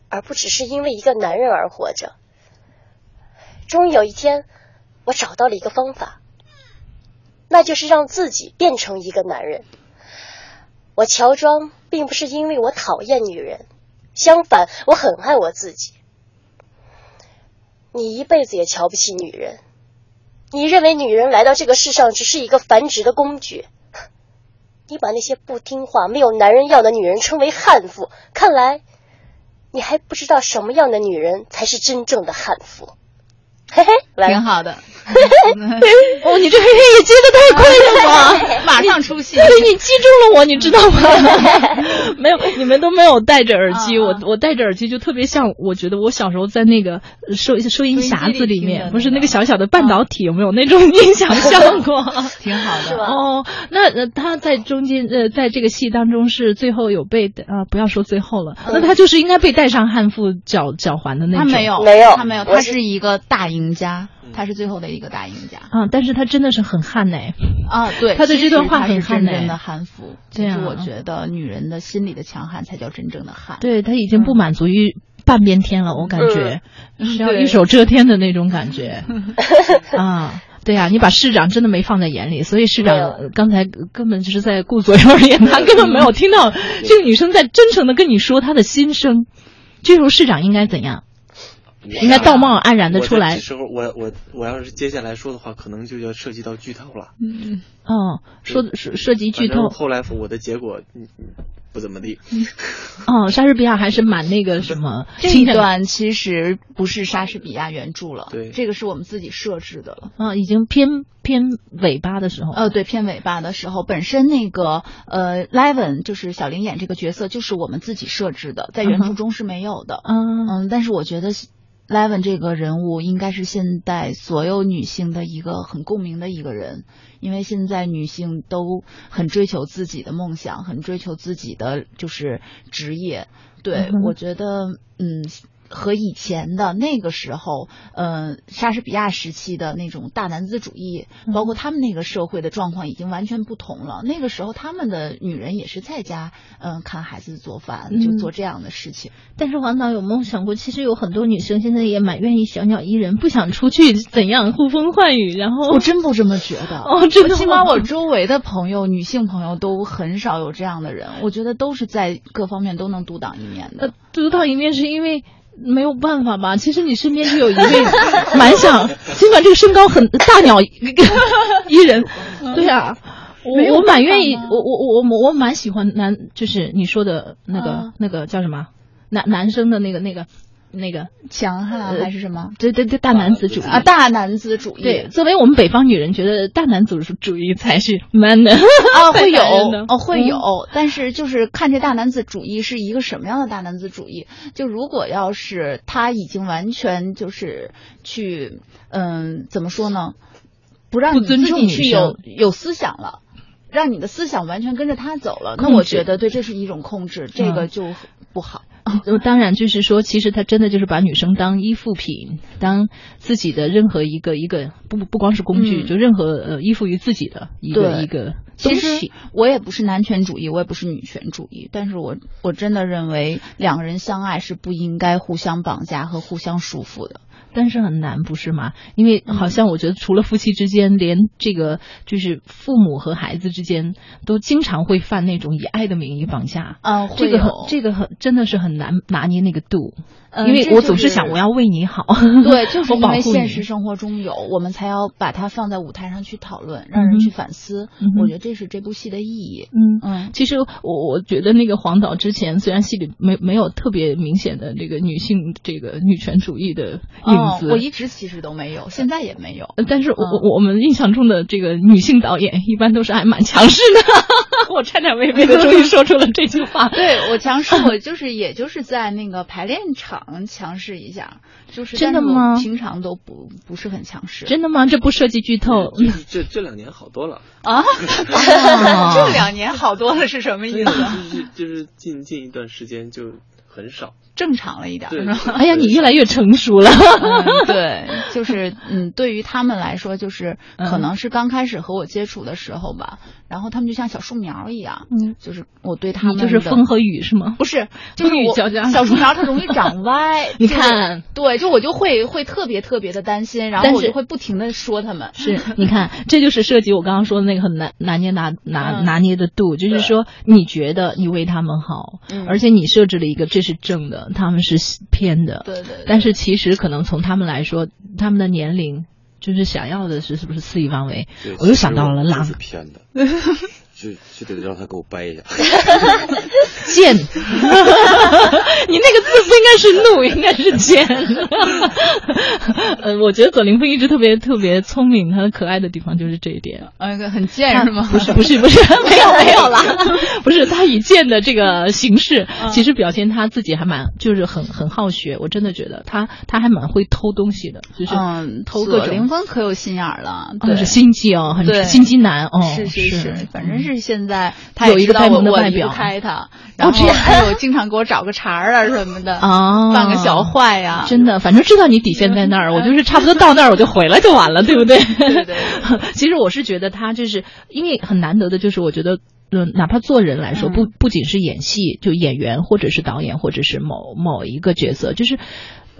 [SPEAKER 4] 而不只是因为一个男人而活着。终于有一天，我找到了一个方法，那就是让自己变成一个男人。我乔装并不是因为我讨厌女人，相反，我很爱我自己。你一辈子也瞧不起女人，你认为女人来到这个世上只是一个繁殖的工具。你把那些不听话、没有男人要的女人称为悍妇，看来你还不知道什么样的女人才是真正的悍妇。嘿嘿，来了
[SPEAKER 2] 挺好 的，
[SPEAKER 1] 哦，你这嘿嘿也接的太快了吧！
[SPEAKER 2] 马上出戏。
[SPEAKER 1] 对你击中了我，你知道 吗？没有，你们都没有戴着耳机，
[SPEAKER 2] 啊
[SPEAKER 1] 我
[SPEAKER 2] 啊
[SPEAKER 1] 我戴着耳机就特别像，我觉得我小时候在那个呃收收音匣子里
[SPEAKER 2] 收音机里听的
[SPEAKER 1] 面，
[SPEAKER 2] 那
[SPEAKER 1] 不是那个
[SPEAKER 2] 个嗯
[SPEAKER 1] 小小的半导体，有没有那种音 响效果？
[SPEAKER 2] 挺好
[SPEAKER 4] 是
[SPEAKER 2] 的，
[SPEAKER 4] 吧
[SPEAKER 1] 哦，那呃他在中间呃，在这个戏当中是最后有被啊、不要说最后了，那他就是应该被戴上汉服脚脚环的那
[SPEAKER 2] 嗯他
[SPEAKER 1] 种。
[SPEAKER 2] 没有，
[SPEAKER 4] 没有
[SPEAKER 2] 他没有，
[SPEAKER 4] 我
[SPEAKER 2] 他
[SPEAKER 4] 是
[SPEAKER 2] 是一嗯个大赢家，他是最后的一个大赢家
[SPEAKER 1] 啊，但是他真的是很汉哎，
[SPEAKER 2] 啊。对，
[SPEAKER 1] 他对
[SPEAKER 2] 其
[SPEAKER 1] 这段
[SPEAKER 2] 实
[SPEAKER 1] 话
[SPEAKER 2] 他
[SPEAKER 1] 很
[SPEAKER 2] 是
[SPEAKER 1] 悍
[SPEAKER 2] 真
[SPEAKER 1] 呢
[SPEAKER 2] 正的汉服，
[SPEAKER 1] 对
[SPEAKER 2] 就是
[SPEAKER 1] 啊
[SPEAKER 2] 我觉得女人的心里的强悍才叫真正的悍。
[SPEAKER 1] 对他已经不满足于半 边天了，我感觉、是要
[SPEAKER 2] 对
[SPEAKER 1] 一手遮天的那种感觉啊。对呀、你把市长真的没放在眼里，所以市
[SPEAKER 4] 没有
[SPEAKER 1] 长刚才根本就是在顾左右而言他，根本没有听到这个女生在真诚的跟你说她的心声。这时候市长应该怎样？应该道貌岸然的出来。
[SPEAKER 5] 时候我我我要是接下来说的话，可能就要涉及到剧透了。
[SPEAKER 1] 哦，说涉涉及剧
[SPEAKER 5] 反
[SPEAKER 1] 透。
[SPEAKER 5] 正后来我的结果嗯嗯不怎么地。
[SPEAKER 1] 哦，莎士比亚还是蛮那个什么。
[SPEAKER 2] 这
[SPEAKER 1] 情
[SPEAKER 2] 一
[SPEAKER 1] 感
[SPEAKER 2] 段其实不是莎士比亚原著了，
[SPEAKER 5] 对
[SPEAKER 2] 这个是我们自己设置的了。
[SPEAKER 1] 啊、已经偏偏尾巴的时候。
[SPEAKER 2] 呃，对，片尾巴的时候，本身那个呃，Levin 就是小林演这个角色，就是我们自己设置的，在原
[SPEAKER 1] 嗯
[SPEAKER 2] 著
[SPEAKER 1] 哼
[SPEAKER 2] 中是没有的。
[SPEAKER 1] 嗯
[SPEAKER 2] 嗯，但是我觉得 Levin 这个人物应该是现代所有女性的一个很共鸣的一个人，因为现在女性都很追求自己的梦想，很追求自己的就是职业。对
[SPEAKER 1] 嗯，哼
[SPEAKER 2] 我觉得，嗯。和以前的那个时候，呃，莎士比亚时期的那种大男子主义，
[SPEAKER 1] 嗯
[SPEAKER 2] 包括他们那个社会的状况已经完全不同了。那个时候，他们的女人也是在家，嗯、看孩子做饭，就
[SPEAKER 6] 嗯
[SPEAKER 2] 做这样的事情。
[SPEAKER 6] 但是王导有没有想过，其实有很多女生现在也蛮愿意小鸟依人，不想出去怎样呼风唤雨，然后
[SPEAKER 2] 我真不这么觉得。
[SPEAKER 6] 哦真的吗
[SPEAKER 2] 起码我周围的朋友，女性朋友都很少有这样的人。我觉得都是在各方面都能独当一面的
[SPEAKER 1] 呃。，独到一面是因为没有办法吧？其实你身边就有一位 蛮想，尽管这个身高很大鸟一人，对啊。
[SPEAKER 2] 没有
[SPEAKER 1] 我我
[SPEAKER 2] 办
[SPEAKER 1] 蛮
[SPEAKER 2] 法
[SPEAKER 1] 愿意，
[SPEAKER 2] 吗
[SPEAKER 1] 我我我我我蛮喜欢男，就是你说的那个、
[SPEAKER 2] 啊
[SPEAKER 1] 那个叫什么男男生的那个那个那个，
[SPEAKER 2] 强悍还是什么？
[SPEAKER 1] 对对对，大男子主义
[SPEAKER 2] 呃啊，大男子主义
[SPEAKER 1] 对，作为我们北方女人，觉得大男子主义才是 man 的
[SPEAKER 2] 啊，会有
[SPEAKER 1] 太感人了
[SPEAKER 2] 哦，会
[SPEAKER 1] 嗯
[SPEAKER 2] 有，但是就是看这大男子主义是一个什么样的大男子主义。就如果要是他已经完全就是去，嗯，怎么说呢？不让
[SPEAKER 1] 不
[SPEAKER 2] 你
[SPEAKER 1] 尊
[SPEAKER 2] 自
[SPEAKER 1] 重
[SPEAKER 2] 己
[SPEAKER 1] 女
[SPEAKER 2] 去有有思想了。让你的思想完全跟着他走了，那
[SPEAKER 1] 控
[SPEAKER 2] 我
[SPEAKER 1] 制嗯
[SPEAKER 2] 觉得对，这是一种控制，这个就不好。
[SPEAKER 1] 呃当然，就是说，其实他真的就是把女生当依附品，当自己的任何一个一个不不光是工具，
[SPEAKER 2] 嗯
[SPEAKER 1] 就任何呃依附于自己的一个
[SPEAKER 2] 对
[SPEAKER 1] 一个东
[SPEAKER 2] 其
[SPEAKER 1] 西。
[SPEAKER 2] 实我也不是男权主义，我也不是女权主义，但是我我真的认为两个人相爱是不应该互相绑架和互相束缚的。
[SPEAKER 1] 但是很难，不是吗？因为
[SPEAKER 2] 嗯
[SPEAKER 1] 好像我觉得，除了夫妻之间，连这个就是父母和孩子之间，都经常会犯那种以爱的名义绑架。
[SPEAKER 2] 嗯，
[SPEAKER 1] 这
[SPEAKER 2] 会
[SPEAKER 1] 个
[SPEAKER 2] 有
[SPEAKER 1] 很，这个很，真的是很难拿捏那个度，
[SPEAKER 2] 嗯
[SPEAKER 1] 因
[SPEAKER 2] 这
[SPEAKER 1] 为
[SPEAKER 2] 就
[SPEAKER 1] 我总是想我要为你好。对
[SPEAKER 2] 对，就是
[SPEAKER 1] 我
[SPEAKER 2] 因
[SPEAKER 1] 保
[SPEAKER 2] 为
[SPEAKER 1] 护
[SPEAKER 2] 现
[SPEAKER 1] 你
[SPEAKER 2] 实生活中有，我们才要把它放在舞台上去讨论，让人去反思。
[SPEAKER 1] 嗯哼
[SPEAKER 2] 我觉得这是这部戏的意义。
[SPEAKER 1] 嗯，
[SPEAKER 2] 嗯，
[SPEAKER 1] 其实我我觉得那个黄导之前虽然戏里没没有特别明显的这个女性这个女权主义的影
[SPEAKER 2] 哦，
[SPEAKER 1] 子，
[SPEAKER 2] 我一直其实都没有，现在也没有。
[SPEAKER 1] 呃但是我、
[SPEAKER 2] 嗯
[SPEAKER 1] 我我们印象中的这个女性导演一般都是还蛮强势的， 我颤颤巍巍的终于说出了这句 话。
[SPEAKER 2] 对我强势，我 就是也就是在那个排练场强势一下，就是
[SPEAKER 1] 真
[SPEAKER 2] 但
[SPEAKER 1] 的
[SPEAKER 2] 是我
[SPEAKER 1] 吗
[SPEAKER 2] 平常都不不是很强势。
[SPEAKER 1] 真的吗？这不涉及剧 透。
[SPEAKER 5] 就是这这两年好 多了，
[SPEAKER 2] 啊，
[SPEAKER 1] 哦
[SPEAKER 2] 这两年好多了是什么意
[SPEAKER 5] 对，
[SPEAKER 2] 思？
[SPEAKER 1] 啊
[SPEAKER 5] 就是就是近近一段时间就很少。
[SPEAKER 2] 正常了一点儿
[SPEAKER 5] 对
[SPEAKER 2] 是吧？，
[SPEAKER 1] 哎呀，你越来越成熟了。
[SPEAKER 2] 嗯对， 就是嗯，对于他们来说，就是
[SPEAKER 1] 嗯
[SPEAKER 2] 可能是刚开始和我接触的时候吧，然后他们就像小树苗一样，
[SPEAKER 1] 嗯，
[SPEAKER 2] 就是我对他
[SPEAKER 1] 你
[SPEAKER 2] 们
[SPEAKER 1] 就是
[SPEAKER 2] 的
[SPEAKER 1] 风和雨是吗？
[SPEAKER 2] 不是，就是
[SPEAKER 1] 风雨
[SPEAKER 2] 我
[SPEAKER 1] 交加，
[SPEAKER 2] 小树苗它容易长歪
[SPEAKER 1] 你
[SPEAKER 2] 就是
[SPEAKER 1] 看，
[SPEAKER 2] 对，就我就会会特别特别的担心，然
[SPEAKER 1] 但
[SPEAKER 2] 后我
[SPEAKER 1] 是
[SPEAKER 2] 就会不停的说 他们，
[SPEAKER 1] 是，你看，这就是涉及我刚刚说的那个很难拿捏拿拿
[SPEAKER 2] 嗯
[SPEAKER 1] 拿捏的度，就是说你觉得你为他们好，
[SPEAKER 2] 嗯
[SPEAKER 1] 而且你设置了一个这是正的，他们是偏的，
[SPEAKER 2] 对对对，
[SPEAKER 1] 但是其实可能从他们来说，他们的年龄就是想要的是是不是肆意妄为？
[SPEAKER 3] 对
[SPEAKER 1] 我又想到 了
[SPEAKER 3] 其实我
[SPEAKER 1] 狼
[SPEAKER 3] 就是偏 的，就就得让他给我掰一下。
[SPEAKER 1] 贱，你那 个字不应该是怒，应该是贱。 呃，我觉得左凌峰一直特别特别聪明，他的可爱的地方就是这一点。
[SPEAKER 2] 嗯，很贱是吗？
[SPEAKER 1] 不是不是不是， 没有没有啦，不是他以剑的这个形式，
[SPEAKER 2] 嗯
[SPEAKER 1] 其实表现他自己还蛮就是很很好学，我真的觉得他他还蛮会偷东西的，就是
[SPEAKER 2] 嗯，
[SPEAKER 1] 偷各
[SPEAKER 2] 左凌
[SPEAKER 1] 种，
[SPEAKER 2] 峰可有心眼儿了，
[SPEAKER 1] 哦
[SPEAKER 2] 对，
[SPEAKER 1] 是心机哦，很
[SPEAKER 2] 对
[SPEAKER 1] 心机男哦，嗯
[SPEAKER 2] 是是，反正是现在他
[SPEAKER 1] 有
[SPEAKER 2] 也
[SPEAKER 1] 一
[SPEAKER 2] 知
[SPEAKER 1] 个呆
[SPEAKER 2] 道我
[SPEAKER 1] 萌的
[SPEAKER 2] 我
[SPEAKER 1] 外
[SPEAKER 2] 离不
[SPEAKER 1] 表哦
[SPEAKER 2] 开他，然
[SPEAKER 1] 这
[SPEAKER 2] 后
[SPEAKER 1] 样
[SPEAKER 2] 还有经常给我找个茬儿啊什么的，
[SPEAKER 1] 哦
[SPEAKER 2] 犯个小坏呀，
[SPEAKER 1] 真的，反正知道你底线在那儿，我就是差不多到那儿我就回来就完了，对不对？
[SPEAKER 2] 嗯 对对对
[SPEAKER 1] 其实我是觉得他就是因为很难得的，就是我觉得。嗯，哪怕做人来说，
[SPEAKER 2] 嗯
[SPEAKER 1] 不不仅是演戏，就演员或者是导演或者是某某一个角色，就是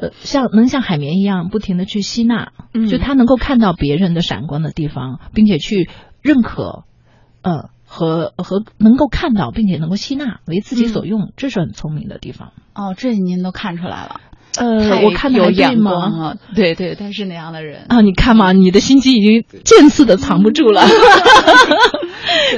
[SPEAKER 1] 呃，像能像海绵一样不停的去吸纳，嗯、就他能够看到别人的闪光的地方，并且去认可，呃，和和能够看到并且能够吸纳为自己所用，嗯、这是很聪明的地方。
[SPEAKER 2] 哦，这您都看出来了。
[SPEAKER 1] 呃，我看
[SPEAKER 2] 有
[SPEAKER 1] 眼
[SPEAKER 2] 光啊了，对对，他是那样的人
[SPEAKER 1] 啊！你看嘛，你的心机已经渐次的藏不住了，
[SPEAKER 2] 嗯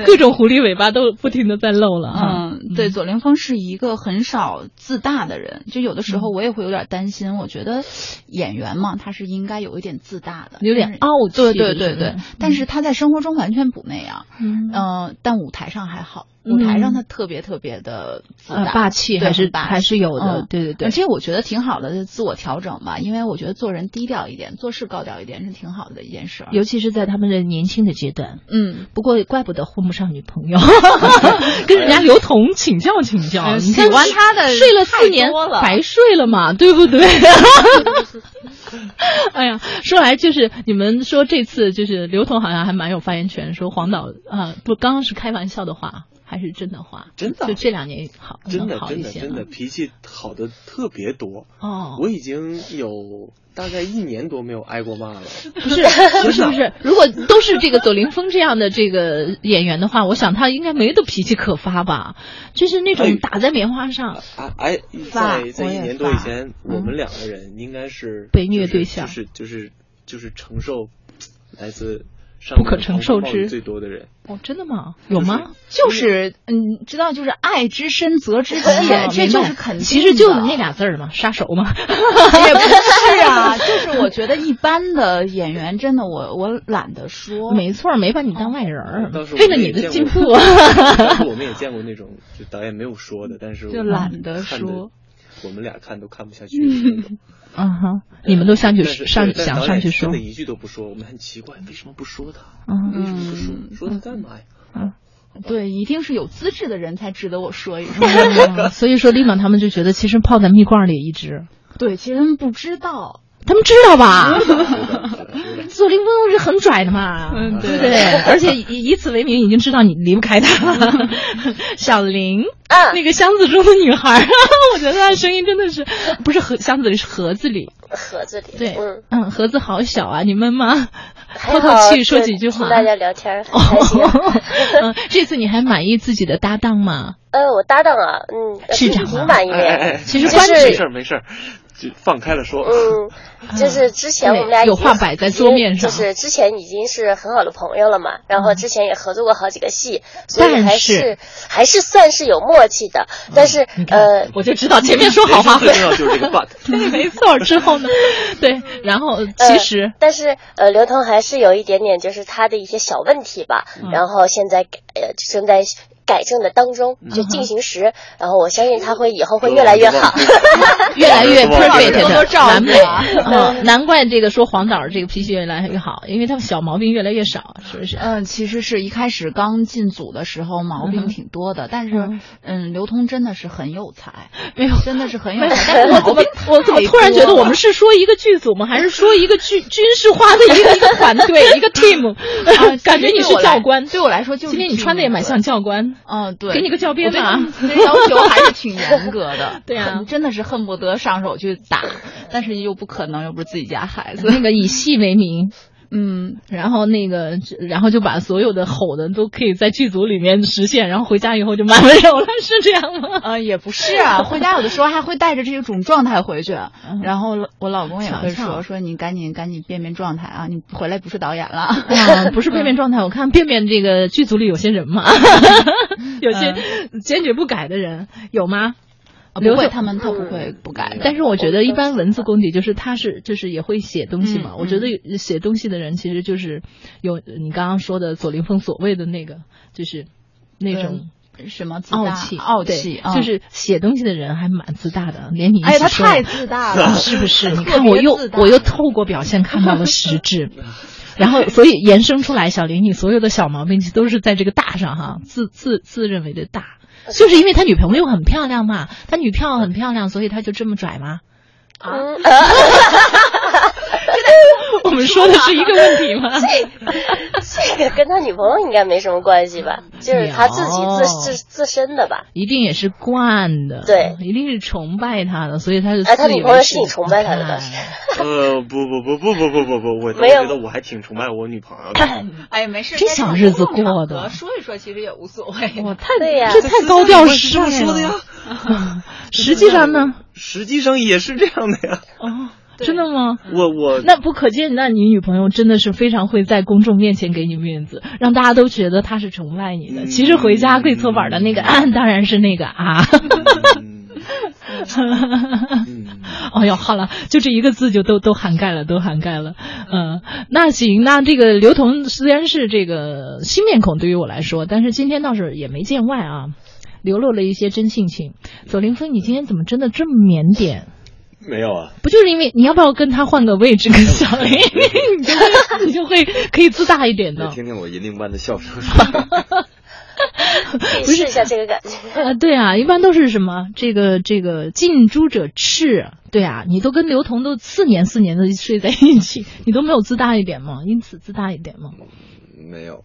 [SPEAKER 1] 各种狐狸尾巴都不停的在露了
[SPEAKER 2] 嗯，嗯对，左凌峰是一个很少自大的人，就有的时候我也会有点担心，嗯、我觉得演员嘛，他是应该有一点自大的，
[SPEAKER 1] 有点傲气，
[SPEAKER 2] 对对对对。嗯、但是他在生活中完全不那样，嗯、呃，但舞台上还好。舞台上他特别特别的自大、
[SPEAKER 1] 嗯、霸气，还是还是有的，嗯、对对对。
[SPEAKER 2] 而且我觉得挺好的，自我调整吧，因为我觉得做人低调一点，做事高调一点是挺好的一件事。
[SPEAKER 1] 尤其是在他们的年轻的阶段，
[SPEAKER 2] 嗯。
[SPEAKER 1] 不过怪不得混不上女朋友，跟人家刘同请教请教。哎、你
[SPEAKER 2] 喜欢他的
[SPEAKER 1] 睡了四年，白睡了嘛，对不对？哎呀，说来就是你们说这次就是刘同好像还蛮有发言权，说黄导啊，不，刚刚是开玩笑的话。还是真的话，
[SPEAKER 5] 真的
[SPEAKER 1] 就这两年好，
[SPEAKER 5] 真的
[SPEAKER 1] 好
[SPEAKER 5] 真的真的脾气好的特别多
[SPEAKER 1] 哦。
[SPEAKER 5] 我已经有大概一年多没有挨过骂了。
[SPEAKER 1] 不是不是不是，如果都是这个左凌峰这样的这个演员的话，我想他应该没的脾气可发吧？就是那种打在棉花上。
[SPEAKER 5] 哎，在在一年多以前，我们两个人应该
[SPEAKER 1] 嗯
[SPEAKER 5] 是
[SPEAKER 1] 被虐对象，
[SPEAKER 5] 就是就是就是承受来自。
[SPEAKER 1] 不可承受之
[SPEAKER 5] 最多的人
[SPEAKER 1] 哦，真的吗？有吗？
[SPEAKER 2] 就是嗯，知道就是爱之深责之 切，哎这就是肯
[SPEAKER 1] 哦
[SPEAKER 2] 定。
[SPEAKER 1] 其实就那 俩字儿嘛，杀手嘛。
[SPEAKER 2] 也不是啊，就是我觉得一般的演员真的，我我懒得说。
[SPEAKER 1] 没错，没把你当外人儿，
[SPEAKER 5] 这
[SPEAKER 1] 嗯个你的进步。
[SPEAKER 5] 我们也见过那种就导演没有说的，但是
[SPEAKER 2] 就懒得说。
[SPEAKER 5] 我们俩看都看不下去那 种。
[SPEAKER 1] 嗯哼，你们都上去上想上去
[SPEAKER 5] 说，真的一句都不说，我们很奇怪，为什么不说他？
[SPEAKER 1] 嗯
[SPEAKER 5] 为什么不说？说他干嘛呀？
[SPEAKER 2] 啊，对，一定是有资质的人才值得我说一
[SPEAKER 1] 说。啊所以说，立马他们就觉得其实泡在蜜罐里一直。
[SPEAKER 2] 对，其实他们不知道，
[SPEAKER 1] 他们知道吧？左凌峰是很拽的嘛，
[SPEAKER 2] 嗯
[SPEAKER 1] 对不对？而且以以此为名，已经知道你离不开他 了。小林。
[SPEAKER 4] 啊
[SPEAKER 1] 那个箱子中的女孩， 我觉得她的声音真的是不是盒箱子里是盒子里，
[SPEAKER 4] 盒子里
[SPEAKER 1] 对，
[SPEAKER 4] 嗯
[SPEAKER 1] 嗯，盒子好小啊，你闷吗？
[SPEAKER 4] 透
[SPEAKER 1] 透气，说几句话，哦
[SPEAKER 4] 大家 聊天很开心。啊
[SPEAKER 1] 嗯，这次你还满意自己的搭档吗？
[SPEAKER 4] 呃，我搭档啊，嗯，
[SPEAKER 1] 市长
[SPEAKER 4] 挺满意
[SPEAKER 5] 哎
[SPEAKER 4] 的。
[SPEAKER 1] 其实关
[SPEAKER 5] 没事没事，就放开 了说。
[SPEAKER 4] 嗯，就是之前我们俩
[SPEAKER 1] 哎有话摆在桌面上，嗯
[SPEAKER 4] 就是之前已经是很好的朋友了嘛，然后之前也合作过好几个戏，所以还是还是算是有默。默契的，但是、嗯、呃，
[SPEAKER 1] 我就知道前面说好话，
[SPEAKER 5] 最重要就是这个 but，
[SPEAKER 1] 对，没错。之后 呢，对，然后其实，
[SPEAKER 4] 呃、但是呃，刘同还是有一点点，就是他的一些小问题吧，嗯、然后现在呃正在。改正的当中
[SPEAKER 1] 嗯
[SPEAKER 4] 就进行时，然后我相信他会以后会越来越好，
[SPEAKER 1] 越来越 perfect
[SPEAKER 2] 的
[SPEAKER 1] 完美 啊！难怪这个说黄导这个脾气越来越好，因为他们小毛病越来越少，是 不是？
[SPEAKER 2] 嗯，其实是一开始刚进组的时候毛
[SPEAKER 1] 嗯
[SPEAKER 2] 病挺多的，但是嗯，刘通真的是很有才，
[SPEAKER 1] 没有，
[SPEAKER 2] 真的是很 有才。我
[SPEAKER 1] 怎么我怎么突然觉得我们是说一个剧组吗？还是说一个军军事化的一个一个团队一个 team？感 觉你是教官，
[SPEAKER 2] 啊对我来说就是
[SPEAKER 1] 今天你穿的也蛮像教官。
[SPEAKER 2] 嗯，对，
[SPEAKER 1] 给你个教鞭
[SPEAKER 2] 吧，这要求还是挺严格的。
[SPEAKER 1] 对啊，
[SPEAKER 2] 真的是恨不得上手去打，但是又不可能，又不是自己家孩子。
[SPEAKER 1] 那个以戏为 名，
[SPEAKER 2] 嗯，
[SPEAKER 1] 然后那个，然后就把所有的吼的都可以在剧组里面实现，然后回家以后就蛮温柔了，是这样吗？
[SPEAKER 2] 啊、嗯，也不是啊，回家有的时候还会带着这种状态回去，然后我老公也会嗯说说你赶紧赶紧变变状态啊，你回来不是导演了，
[SPEAKER 1] 啊、不是变变状态，我看变变这个剧组里有些人嘛。 有些坚决不改的人有吗？
[SPEAKER 2] 不会，他们他不会不改。
[SPEAKER 1] 但是我觉得一般文字功底就是他是就是也会写东西嘛。我觉得写东西的人其实就是有你刚刚说的左凌峰所谓的那个，就是那种
[SPEAKER 2] 什么
[SPEAKER 1] 傲气
[SPEAKER 2] 傲气，
[SPEAKER 4] 嗯
[SPEAKER 2] 嗯
[SPEAKER 1] 就是写东西的人还蛮自大的，连你
[SPEAKER 2] 哎他太自大 了，
[SPEAKER 1] 是不 是？你看我又我又透过表现看到了实质。然后，所以延伸出来，小林，你所有的小毛病其实都是在这个大上哈，自自自认为的大，
[SPEAKER 4] 呃
[SPEAKER 1] 就是因为他女朋友很漂亮嘛，他女票
[SPEAKER 4] 嗯
[SPEAKER 1] 很漂亮，所以他就这么拽吗？啊！我们说的是一个问题 吗？
[SPEAKER 4] 哎这这个跟他女朋友应该没什么关系吧？就是他自己自自自身的吧？
[SPEAKER 1] 一定也是惯的，哦
[SPEAKER 4] 对，
[SPEAKER 1] 一定是崇拜他的，所以他是。
[SPEAKER 4] 哎，他女朋友是你崇拜他的倒是。
[SPEAKER 5] 呃，不不不不不不不不，我
[SPEAKER 4] 没有
[SPEAKER 5] 觉得我还挺崇拜我女朋友的。
[SPEAKER 2] 哎，没事，
[SPEAKER 1] 这小日子过的，
[SPEAKER 2] 说一说其实也无所谓。
[SPEAKER 1] 我太
[SPEAKER 4] 对呀
[SPEAKER 1] 这太高调
[SPEAKER 5] 是
[SPEAKER 1] 时
[SPEAKER 5] 这么说的呀。
[SPEAKER 1] 实际上呢？
[SPEAKER 5] 实际上也是这样的呀。
[SPEAKER 1] 哦，真的吗？
[SPEAKER 5] 我我
[SPEAKER 1] 那不可见，那你女朋友真的是非常会在公众面前给你面子，让大家都觉得她是崇拜你的。
[SPEAKER 5] 嗯
[SPEAKER 1] 其实回家跪搓板的那个啊，当然是那个啊。
[SPEAKER 5] 嗯嗯
[SPEAKER 1] 哎呦，好了，就这一个字就都都涵盖了，都涵盖了。嗯，那行，那这个刘同虽然是这个新面孔，对于我来说，但是今天倒是也没见外啊，流露了一些真性情。左凌峰，你今天怎么真的这么腼腆？
[SPEAKER 5] 没有啊，
[SPEAKER 1] 不就是因为你要不要跟他换个位置，跟小 林， 你就会你就会可以自大一点
[SPEAKER 3] 你
[SPEAKER 1] 的。
[SPEAKER 3] 听听我银铃般的笑声。
[SPEAKER 4] 可以试一下这个感觉。
[SPEAKER 1] 呃，对啊，一般都是什么这个这个近朱者赤，对啊，你都跟刘同都四年四年的睡在一起，你都没有自大一点吗？因此自大一点吗？
[SPEAKER 3] 没有，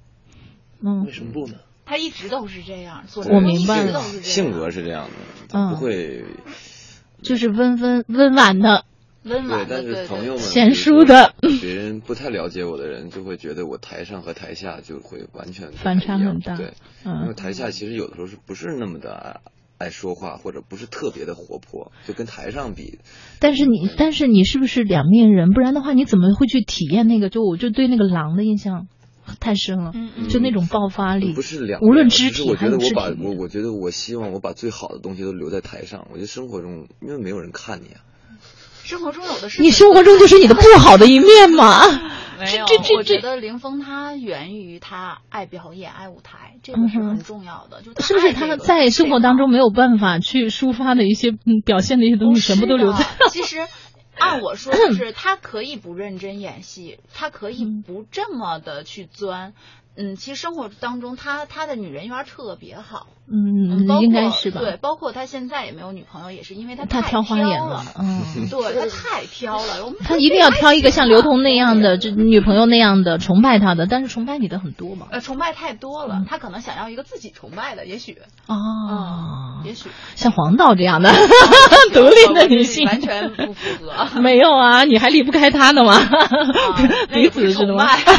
[SPEAKER 1] 嗯
[SPEAKER 5] 为什么不呢？
[SPEAKER 2] 他一直都是这样，左
[SPEAKER 1] 我
[SPEAKER 2] 轮
[SPEAKER 1] 明白
[SPEAKER 2] 一直
[SPEAKER 1] 了
[SPEAKER 2] 都是这样
[SPEAKER 3] 性格是这样的，
[SPEAKER 1] 嗯
[SPEAKER 3] 不会。
[SPEAKER 1] 就是温温温婉的，
[SPEAKER 2] 温
[SPEAKER 3] 对
[SPEAKER 2] 婉，的，
[SPEAKER 3] 但是
[SPEAKER 2] 对
[SPEAKER 3] 朋友
[SPEAKER 2] 对。
[SPEAKER 3] 们
[SPEAKER 1] 贤淑的，
[SPEAKER 3] 别人不太了解我的人就会觉得我台上和台下就会完全不太
[SPEAKER 1] 反差
[SPEAKER 3] 一样
[SPEAKER 1] 很大
[SPEAKER 3] 对，因为
[SPEAKER 1] 嗯，
[SPEAKER 3] 台下其实有的时候是不是那么的爱爱说话，或者不是特别的活泼，就跟台上比，
[SPEAKER 1] 但是你但是你是不是两面人？不然的话，你怎么会去体验那个？就我就对那个狼的印象太深了，
[SPEAKER 2] 嗯嗯
[SPEAKER 1] 就那种爆发力，
[SPEAKER 3] 不是两
[SPEAKER 1] 无论
[SPEAKER 3] 面
[SPEAKER 1] 肢
[SPEAKER 3] 就是
[SPEAKER 1] 体
[SPEAKER 3] 我
[SPEAKER 1] 还
[SPEAKER 3] 觉得
[SPEAKER 1] 有
[SPEAKER 3] 我
[SPEAKER 1] 肢
[SPEAKER 3] 把
[SPEAKER 1] 体
[SPEAKER 3] 我我觉得我希望我把最好的东西都留在台上，我觉得生活中因为没有人看你啊，
[SPEAKER 2] 生活中有的是
[SPEAKER 1] 你生活中就是你的不好的一面嘛？
[SPEAKER 2] 没有
[SPEAKER 1] 这这这，
[SPEAKER 2] 我觉得凌峰他源于他爱表演、爱舞台，这个是很重要的。就是
[SPEAKER 1] 嗯不是
[SPEAKER 2] 他爱
[SPEAKER 1] 他
[SPEAKER 2] 这个
[SPEAKER 1] 在生活当中
[SPEAKER 2] 这
[SPEAKER 1] 没有办法去抒发的一些嗯表现的一些
[SPEAKER 2] 个
[SPEAKER 1] 东西，全部都留在？
[SPEAKER 2] 不是的其 实。按我说，就是 他可以不认真演戏，他可以
[SPEAKER 1] 嗯
[SPEAKER 2] 不这么的去钻。嗯，其实生活当中他他的女人缘特别好，
[SPEAKER 1] 嗯
[SPEAKER 2] 包，括
[SPEAKER 1] 应该是吧？
[SPEAKER 2] 对，包括他现在也没有女朋友，也是因为他
[SPEAKER 1] 他
[SPEAKER 2] 太
[SPEAKER 1] 挑花眼
[SPEAKER 2] 了
[SPEAKER 1] 了，，嗯，
[SPEAKER 2] 对他太挑了。我们
[SPEAKER 1] 他一定要挑一个像刘同那样的，就女朋友那样的崇拜他的，但是崇拜你的很多嘛？
[SPEAKER 2] 呃崇拜太多
[SPEAKER 1] 嗯
[SPEAKER 2] 了，他可能想要一个自己崇拜的，也许，
[SPEAKER 1] 啊，
[SPEAKER 2] 也 许
[SPEAKER 1] 像黄导这样的 独立的女性，
[SPEAKER 2] 完全不符 合。
[SPEAKER 1] 没有啊，你还离不开他呢嘛，
[SPEAKER 2] 那
[SPEAKER 1] 彼
[SPEAKER 2] 也不
[SPEAKER 1] 此
[SPEAKER 2] 是
[SPEAKER 1] 是的吗
[SPEAKER 2] 崇？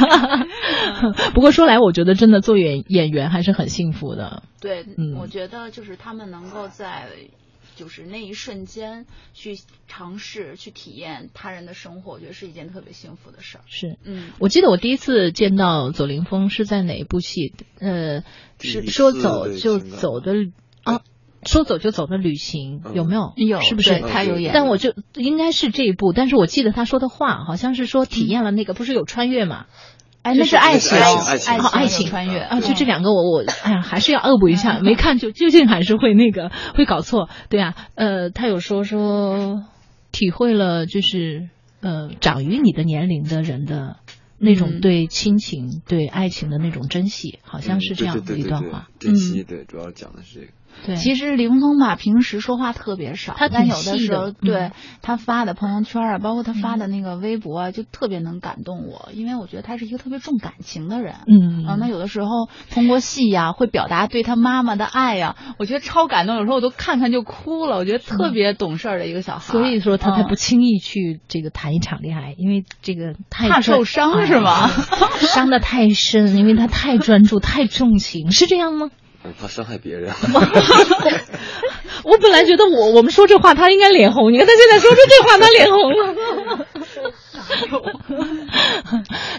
[SPEAKER 1] 不过说来，我觉得真的做演演员还是很幸福的，
[SPEAKER 2] 对，
[SPEAKER 1] 嗯
[SPEAKER 2] 我觉得就是他们能够在就是那一瞬间去尝试、去体验他人的生活，我觉得是一件特别幸福的事儿。
[SPEAKER 1] 是。
[SPEAKER 2] 嗯，
[SPEAKER 1] 我记得我第一次见到左凌峰是在哪一部戏？呃，
[SPEAKER 3] 第
[SPEAKER 1] 是
[SPEAKER 3] 一
[SPEAKER 1] 说
[SPEAKER 3] 次
[SPEAKER 1] 走
[SPEAKER 3] 的
[SPEAKER 1] 就
[SPEAKER 3] 情感
[SPEAKER 1] 走的啊，说走就走的旅行
[SPEAKER 3] 呃嗯
[SPEAKER 1] 有没有？
[SPEAKER 2] 有
[SPEAKER 1] 是不是？
[SPEAKER 3] 他有演
[SPEAKER 1] 但我就应该是这一部，但是我记得他说的话好像是说体验了那个，不是有穿越嘛？
[SPEAKER 2] 哎，
[SPEAKER 1] 那是爱
[SPEAKER 3] 情爱
[SPEAKER 2] 哦
[SPEAKER 3] 情
[SPEAKER 1] 爱情
[SPEAKER 2] 穿越哦
[SPEAKER 1] 啊，
[SPEAKER 3] 对
[SPEAKER 1] 就这两个我我哎呀，还是要恶补一下，没看就究竟还是会那个会搞错，对啊，呃，他有说说体会了就是呃长于你的年龄的人的那种
[SPEAKER 2] 嗯
[SPEAKER 1] 对亲情、对爱情的那种珍惜，好像
[SPEAKER 3] 嗯
[SPEAKER 1] 是这
[SPEAKER 3] 对
[SPEAKER 1] 样的
[SPEAKER 3] 对
[SPEAKER 1] 一
[SPEAKER 3] 对对
[SPEAKER 1] 段
[SPEAKER 3] 对
[SPEAKER 1] 话，嗯
[SPEAKER 3] 珍惜对，主要讲的是这个。
[SPEAKER 1] 对，
[SPEAKER 2] 其实林峰吧，平时说话特别少，
[SPEAKER 1] 他挺
[SPEAKER 2] 但有的
[SPEAKER 1] 细
[SPEAKER 2] 时
[SPEAKER 1] 的
[SPEAKER 2] 候，
[SPEAKER 1] 嗯
[SPEAKER 2] 对他发的朋友圈啊，包括他发的那个微博啊，就特别能感动我，因为我觉得他是一个特别重感情的人。
[SPEAKER 1] 嗯
[SPEAKER 2] 啊，那有的时候通过戏呀、会表达对他妈妈的爱呀、我觉得超感动。有时候我都看看就哭了，我觉得特别懂事儿的一个小孩儿。
[SPEAKER 1] 嗯所以说他才
[SPEAKER 2] 嗯
[SPEAKER 1] 不轻易去这个谈一场恋爱，因为这个太
[SPEAKER 2] 怕
[SPEAKER 1] 专
[SPEAKER 2] 受伤
[SPEAKER 1] 哎
[SPEAKER 2] 是吗
[SPEAKER 1] 伤的太深，因为他太专注、太重情，是这样吗？
[SPEAKER 3] 我呃怕伤害别人，
[SPEAKER 1] 我本来觉得我我们说这话他应该脸红，你看他现在说出这话他脸红了。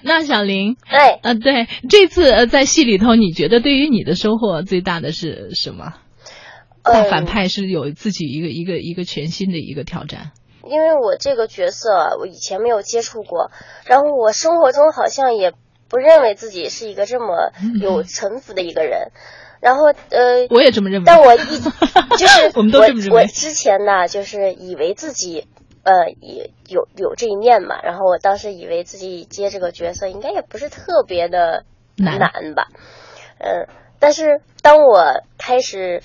[SPEAKER 1] 那小林，
[SPEAKER 4] 哎，
[SPEAKER 1] 呃，对，这次呃在戏里头，你觉得对于你的收获最大的是什么？大
[SPEAKER 4] 嗯
[SPEAKER 1] 反派是有自己一个一个一个全新的一个挑战。
[SPEAKER 4] 因为我这个角色啊我以前没有接触过，然后我生活中好像也不认为自己是一个这么有城府的一个人，然后呃，
[SPEAKER 1] 嗯我也这 么认为。
[SPEAKER 4] 但我一就是
[SPEAKER 1] 我们都这么认
[SPEAKER 4] 我
[SPEAKER 1] 为
[SPEAKER 4] 我之前呢，就是以为自己呃也有有这一面嘛，然后我当时以为自己接这个角色应该也不是特别的
[SPEAKER 1] 难
[SPEAKER 4] 难吧，嗯。但是当我开始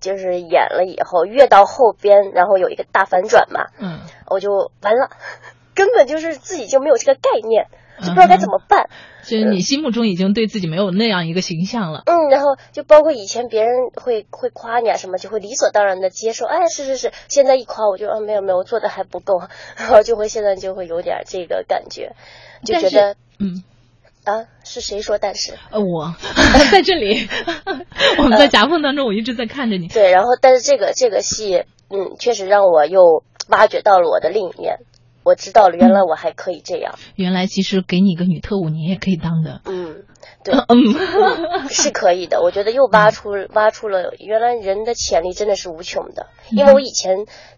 [SPEAKER 4] 就是演了以后，越到后边，然后有一个大反转嘛，
[SPEAKER 1] 嗯，
[SPEAKER 4] 我就完了， 根本就是自己就没有这个概念，就不知道
[SPEAKER 1] 嗯
[SPEAKER 4] 该怎么办。
[SPEAKER 1] 就是你心目中已经对自己没有那样一个形象了。
[SPEAKER 4] 嗯，然后就包括以前别人会会夸你啊什么，就会理所当然的接受，哎，是是是。现在一夸我就啊没有没有，我做的还不够，啊 然后就会现在就会有点这个感觉，就觉得
[SPEAKER 1] 嗯。
[SPEAKER 4] 啊，是谁说？但是
[SPEAKER 1] 呃，我在这里，我们在夹缝当中，我一直在看着你。
[SPEAKER 4] 对，然后但是这个这个戏，嗯，确实让我又挖掘到了我的另一面。我知道了，原来我还可以这样。嗯、
[SPEAKER 1] 原来其实给你一个女特务，你也可以当的。
[SPEAKER 4] 嗯，对，嗯， 是可以的。我觉得又挖出挖出了原来人的潜力真的是无穷的。因为我以前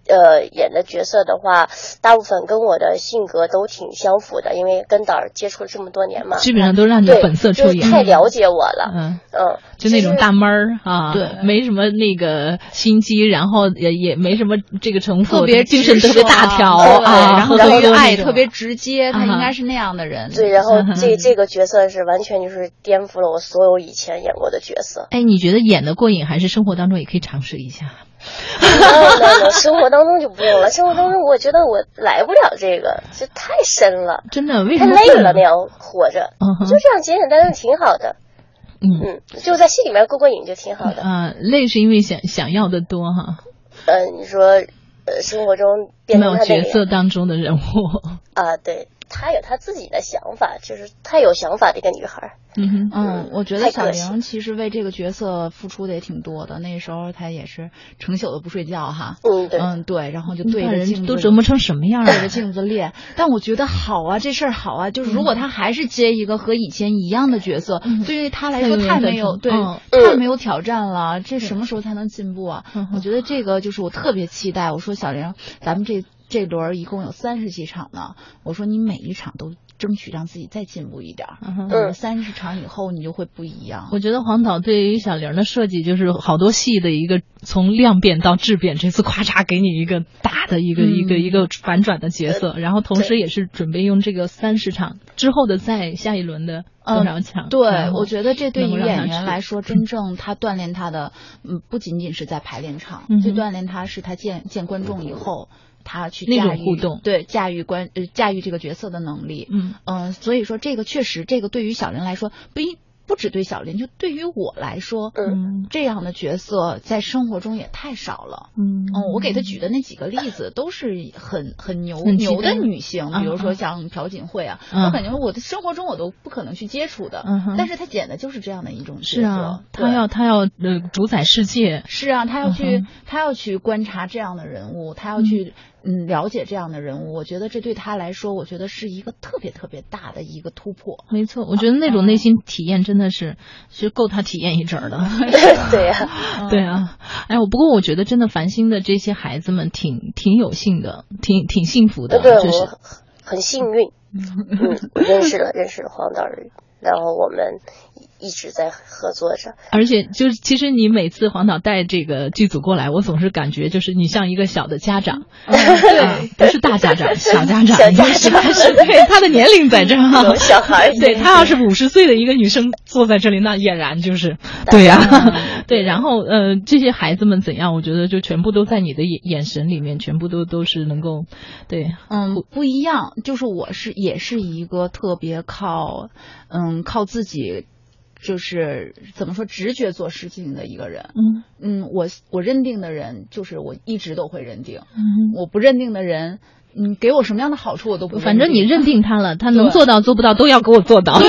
[SPEAKER 4] 呃演的角色的话，大部分跟我的性格都挺相符的，因为跟导儿接触了这么多年嘛，
[SPEAKER 1] 基本上都让你本色出演，
[SPEAKER 4] 就是、太了解我了。
[SPEAKER 1] 嗯
[SPEAKER 4] 嗯，
[SPEAKER 1] 就那种大闷儿啊，
[SPEAKER 2] 对，
[SPEAKER 1] 没什么那个心机，然后也也没什么这个城府，
[SPEAKER 2] 特别
[SPEAKER 1] 精神特别大条哎
[SPEAKER 2] 啊，
[SPEAKER 1] 然后。
[SPEAKER 2] 然后爱特别直接，
[SPEAKER 1] 啊
[SPEAKER 2] 他应该是那样的人。
[SPEAKER 4] 对，然后这这个角色是完全就是颠覆了我所有以前演过的角色。
[SPEAKER 1] 哎，你觉得演的过瘾，还是生活当中也可以尝试一下？
[SPEAKER 4] 那那生活当中就不用了，生活当中我觉得我来不了这个，这太深了，
[SPEAKER 1] 真的，为
[SPEAKER 4] 太累了那样活着，
[SPEAKER 1] 嗯
[SPEAKER 4] 就这样简简单单挺好的。嗯嗯，就在戏里面过过瘾就挺好的。
[SPEAKER 1] 啊，累是因为想想要的多哈。
[SPEAKER 4] 嗯，你说。呃，生活中变成他
[SPEAKER 1] 角色当中的人物
[SPEAKER 4] 啊，对，她有她自己的想法，就是太有想法的一个女孩。
[SPEAKER 1] 嗯
[SPEAKER 2] 嗯，我觉得小玲其实为这个角色付出的也挺多的。那时候她也是成宿的不睡觉哈。
[SPEAKER 4] 嗯，对，
[SPEAKER 2] 嗯对，然后就对着镜子
[SPEAKER 1] 都折磨成什么样，
[SPEAKER 2] 对着镜子练。但我觉得好啊，这事儿好啊，就是如果她还是接一个和以前一样的角色，对于她来说太没有对太没有挑战了。这什么时候才能进步啊？
[SPEAKER 1] 嗯
[SPEAKER 2] 我觉得这个就是我特别期待。我说小玲，咱们这。这轮一共有三十几场呢，我说你每一场都争取让自己再进步一点，
[SPEAKER 4] 嗯，
[SPEAKER 2] 三十场以后你就会不一样。
[SPEAKER 1] 我觉得黄导对于小玲的设计就是好多戏的一个从量变到质变，这次咔嚓给你一个大的一个、
[SPEAKER 2] 嗯、呃
[SPEAKER 1] 一个一个反转的角色，然后同时也是准备用这个三十场之后的再下一轮的。多少嗯强？
[SPEAKER 2] 嗯对，我觉得这对于演员来
[SPEAKER 1] 嗯
[SPEAKER 2] 说，真正他锻炼他的，嗯，不仅仅是在排练场，
[SPEAKER 1] 嗯
[SPEAKER 2] 最锻炼他是他见见观众以后，他去
[SPEAKER 1] 那种互动，
[SPEAKER 2] 对，驾驭观呃驾驭这个角色的能力，
[SPEAKER 1] 嗯
[SPEAKER 2] 嗯，所以说这个确实，这个对于小玲来说，不一不只对小玲，就对于我来说，
[SPEAKER 4] 嗯，
[SPEAKER 2] 这样的角色在生活中也太少了，
[SPEAKER 1] 嗯
[SPEAKER 2] 嗯，我给他举的那几个例子都是很很牛牛的女性，比如
[SPEAKER 1] 嗯
[SPEAKER 2] 说像朴槿惠啊，我感觉我的生活中我都不可能去接。接触的，但是他演的就是这样的一种
[SPEAKER 1] 嗯是啊，他要嗯他要呃主宰世界，
[SPEAKER 2] 是啊，他要去他要去观察这样的人物，他要去嗯了解这样的人物，我觉得这对他来说，我觉得是一个特别特别大的一个突破。
[SPEAKER 1] 没错，我觉得
[SPEAKER 2] 嗯
[SPEAKER 1] 那种内心体验真的是是够他体验一阵儿 的。
[SPEAKER 4] 对
[SPEAKER 1] 呀，对啊，哎，我不过我觉得真的繁星的这些孩子们挺挺有幸的，挺挺幸福的，嗯就是
[SPEAKER 4] 很幸 运，嗯，认识了认识了黄导人。然后我们一直在合 作着，
[SPEAKER 1] 而且就是其实你每次黄导带这个剧组过来，我总是感觉就是你像一个小的家长，啊
[SPEAKER 2] 对，
[SPEAKER 1] 不是大家长，嗯小家长，
[SPEAKER 4] 小家
[SPEAKER 1] 长是对他的年龄在这儿，啊
[SPEAKER 4] 小孩，
[SPEAKER 1] 对他要是五十岁的一个女生坐在这里，那俨然就是对呀，对，然后呃，这些孩子们怎样，我觉得就全部都在你的眼眼神里面，全部都都是能够对，
[SPEAKER 2] 嗯，不一样，就是我是也是一个特别靠嗯。嗯，靠自己就是怎么说直觉做事情的一个人。
[SPEAKER 1] 嗯
[SPEAKER 2] 嗯，我我认定的人就是我一直都会认定。
[SPEAKER 1] 嗯，
[SPEAKER 2] 我不认定的人，嗯，给我什么样的好处我都不。
[SPEAKER 1] 反正你认定他了，他能做到做不到都要给我做到。
[SPEAKER 2] 就逼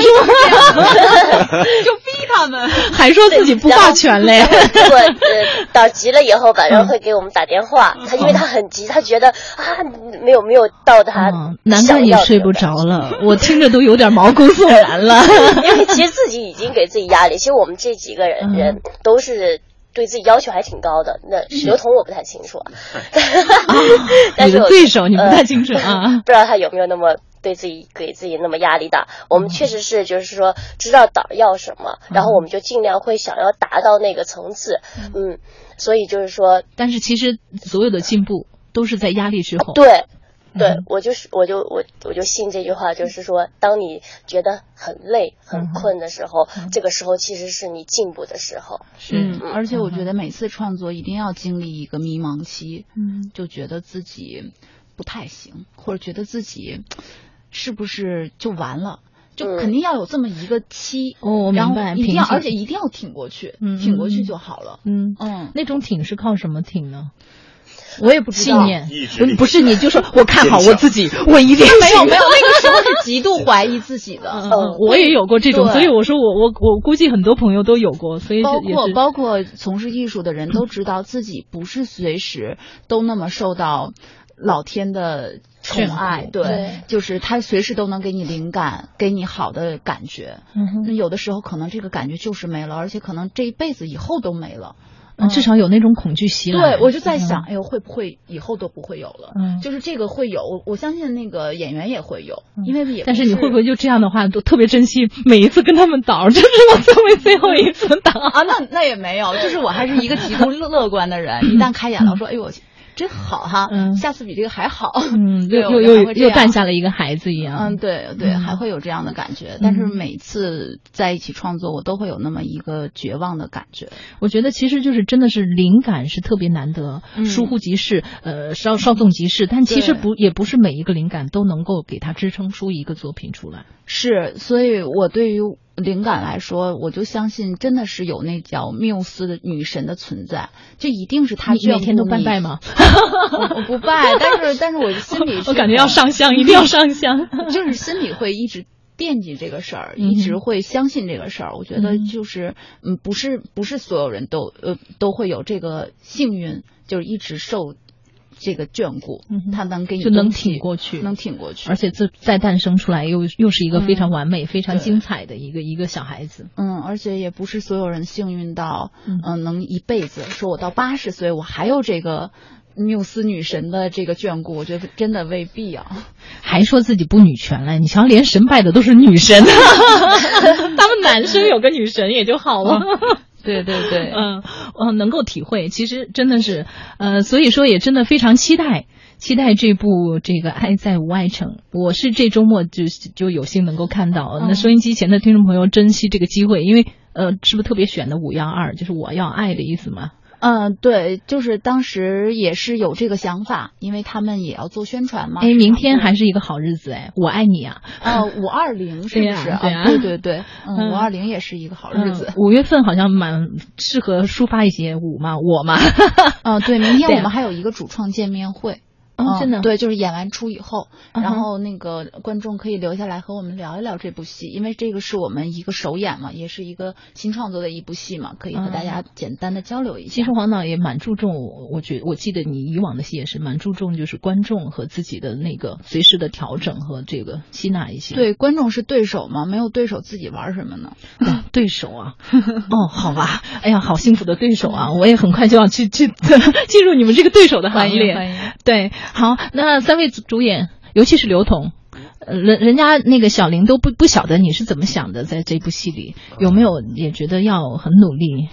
[SPEAKER 2] 他们，
[SPEAKER 1] 还说自己不霸权嘞。
[SPEAKER 4] 结果呃， 导急了以后，晚
[SPEAKER 1] 嗯
[SPEAKER 4] 上会给我们打电话。他因为他很急，他觉得啊，没有没有到他、嗯，
[SPEAKER 1] 哦难怪你睡不着 了。我听着都有点毛骨悚然了。
[SPEAKER 4] 因为其实自己已经给自己压力。其实我们这几个人、嗯、人都是对自己要求还挺高的。那
[SPEAKER 1] 嗯
[SPEAKER 4] 刘同我不太清楚，啊、但是
[SPEAKER 1] 你的对手你不太清楚啊、
[SPEAKER 4] 呃， 不知道他有没有那么。对自己给自己那么压力大，我
[SPEAKER 1] 嗯
[SPEAKER 4] 们确实是就是说知道导要什么，然后我们就尽量会想要达到那个层次，嗯，所以就是说，
[SPEAKER 1] 但是其实所有的进步都是在压力之后。
[SPEAKER 4] 对，对我就是我就我我就信这句话，就是说，当你觉得很累很困的时候，这个时候其实是你进步的时候。
[SPEAKER 1] 是，
[SPEAKER 2] 而且
[SPEAKER 1] 嗯
[SPEAKER 2] 我觉得每次创作一定要经历一个迷茫期，
[SPEAKER 1] 嗯，
[SPEAKER 2] 就觉得自己。不太行，或者觉得自己是不是就完了。就肯定要有这么一个期，
[SPEAKER 1] 哦，
[SPEAKER 2] 然后一定要，
[SPEAKER 1] 平静
[SPEAKER 2] 而且一定要挺过去，挺过去就好了。
[SPEAKER 1] 嗯
[SPEAKER 2] 嗯，
[SPEAKER 1] 那种挺是靠什么挺呢？
[SPEAKER 2] 我也不知
[SPEAKER 1] 信
[SPEAKER 2] 道，
[SPEAKER 1] 念
[SPEAKER 5] 意志
[SPEAKER 1] 嗯
[SPEAKER 5] 力
[SPEAKER 1] 不是你就说我看好我自己，我一定
[SPEAKER 2] 没有没有，
[SPEAKER 1] 行
[SPEAKER 2] 那个时候是极度怀疑自己的，
[SPEAKER 1] 嗯嗯我也有过这种，
[SPEAKER 2] 对
[SPEAKER 1] 所以我说我我我估计很多朋友都有过，所以
[SPEAKER 2] 包
[SPEAKER 1] 也
[SPEAKER 2] 括
[SPEAKER 1] 是
[SPEAKER 2] 包括从事艺术的人都知道自己不是随时都那么受到老天的宠爱，
[SPEAKER 1] 眷顾
[SPEAKER 2] 对，
[SPEAKER 4] 对
[SPEAKER 2] 就是他随时都能给你灵感，给你好的感觉。
[SPEAKER 1] 嗯哼
[SPEAKER 2] 那有的时候可能这个感觉就是没了，而且可能这一辈子以后都没了。
[SPEAKER 1] 嗯至少有那种恐惧袭来。
[SPEAKER 2] 对，我就在想，哎呦，会不会以后都不会有了？
[SPEAKER 1] 嗯
[SPEAKER 2] 就是这个会有，我我相信那个演员也会有，因为也
[SPEAKER 1] 但
[SPEAKER 2] 嗯是
[SPEAKER 1] 是你会不会就这样的话，都特别珍惜每一次跟他们 倒，这是我作为最后一次倒。
[SPEAKER 2] 啊？那那也没 有，就是我还是一个极度乐乐观的 人，一旦开演了，我说哎呦，真好哈，
[SPEAKER 1] 嗯
[SPEAKER 2] 下次比这个还好，
[SPEAKER 1] 嗯，
[SPEAKER 2] 对
[SPEAKER 1] 又
[SPEAKER 2] 我
[SPEAKER 1] 又
[SPEAKER 2] 就还
[SPEAKER 1] 又
[SPEAKER 2] 会这
[SPEAKER 1] 又
[SPEAKER 2] 样
[SPEAKER 1] 诞下了一个孩子一样。
[SPEAKER 2] 嗯，对对，还会有这样的感觉，但是每次在一起创作，我都会有那么一个绝望的感觉。
[SPEAKER 1] 我觉得其实就是真的是灵感是特别难得，
[SPEAKER 2] 嗯
[SPEAKER 1] 疏忽即逝，呃，稍稍纵即逝。但其实
[SPEAKER 2] 对
[SPEAKER 1] 不也不是每一个灵感都能够给它支撑出一个作品出来。
[SPEAKER 2] 是，所以我对于灵感来说，我就相信真的是有那叫缪斯的女神的存在，就一定是她
[SPEAKER 1] 你
[SPEAKER 2] 眷
[SPEAKER 1] 每天
[SPEAKER 2] 顾
[SPEAKER 1] 都拜
[SPEAKER 2] 你
[SPEAKER 1] 拜吗？
[SPEAKER 2] 我我不拜，但是但是 我心里
[SPEAKER 1] 我感觉要
[SPEAKER 2] 上，
[SPEAKER 1] 上香，一定要上香。
[SPEAKER 2] 就是心里会一直。惦记这个事儿，
[SPEAKER 1] 嗯
[SPEAKER 2] 一直会相信这个事儿。我觉得
[SPEAKER 1] 嗯
[SPEAKER 2] 就是，嗯，不是不是所有人都呃都会有这个幸运，就是一直受这个眷顾，
[SPEAKER 1] 嗯哼
[SPEAKER 2] 他能给你
[SPEAKER 1] 就能
[SPEAKER 2] 东西
[SPEAKER 1] 挺过去
[SPEAKER 2] 能挺过去，
[SPEAKER 1] 而且这再诞生出来又又是一个非常完美、非常
[SPEAKER 2] 对
[SPEAKER 1] 精彩的一个一个小孩子。
[SPEAKER 2] 嗯，而且也不是所有人幸运到，
[SPEAKER 1] 嗯
[SPEAKER 2] 嗯、能一辈子。说我到八十岁，我还有这个缪斯女神的这个眷顾，我觉得真的未必啊。
[SPEAKER 1] 还说自己不女权了，你瞧，连神拜的都是女 神，他们男生有个女神也就好了。
[SPEAKER 2] 对对 对
[SPEAKER 1] 嗯，我能够体会，其实真的是，呃，所以说也真的非常期待，期待这部这个《爱在无爱城》，我是这周末就就有幸能够看到。那收音机前的听众朋友，珍惜这个机会，因为呃，是不是特别选的五幺二，就是我要爱的意思嘛？
[SPEAKER 2] 嗯，对，就是当时也是有这个想法，因为他们也要做宣传嘛。
[SPEAKER 1] 哎，明天还是一个好日子，哎，我爱你啊！
[SPEAKER 2] 呃五二零是
[SPEAKER 1] 对
[SPEAKER 2] 不
[SPEAKER 1] 呀
[SPEAKER 2] 是啊
[SPEAKER 1] 对呀
[SPEAKER 2] 对 对对，
[SPEAKER 1] 嗯
[SPEAKER 2] 嗯，五二零也是一个好日子
[SPEAKER 1] 嗯。五月份好像蛮适合抒发一些舞嘛，我嘛，
[SPEAKER 2] 嗯、对，明天
[SPEAKER 1] 对
[SPEAKER 2] 我
[SPEAKER 1] 呀
[SPEAKER 2] 们还有一个主创见面会。
[SPEAKER 1] 哦
[SPEAKER 2] 嗯
[SPEAKER 1] 真的
[SPEAKER 2] 对，就是演完出以后，
[SPEAKER 1] 嗯
[SPEAKER 2] 然
[SPEAKER 1] 哼
[SPEAKER 2] 后那个观众可以留下来和我们聊一聊这部戏，因为这个是我们一个首演嘛，也是一个新创作的一部戏嘛，可以和
[SPEAKER 1] 嗯
[SPEAKER 2] 大家简单的交流一
[SPEAKER 1] 其
[SPEAKER 2] 下
[SPEAKER 1] 实。黄导也蛮注重，我我觉我记得你以往的戏也是蛮注重，就是观众和自己的那个随时的调整和这个吸纳一些。
[SPEAKER 2] 对，观众是对手嘛，没有对手自己玩什么呢？
[SPEAKER 1] 哦对手啊， 哦好吧，哎呀好幸福的对手啊，我也很快就要去去 进入你们这个对手的行列。
[SPEAKER 2] 迎！
[SPEAKER 1] 对，好，那三位主主演，尤其是刘同。呃人人家那个小玲都不不晓得你是怎么想的，在这部戏里有没有也觉得要很努力？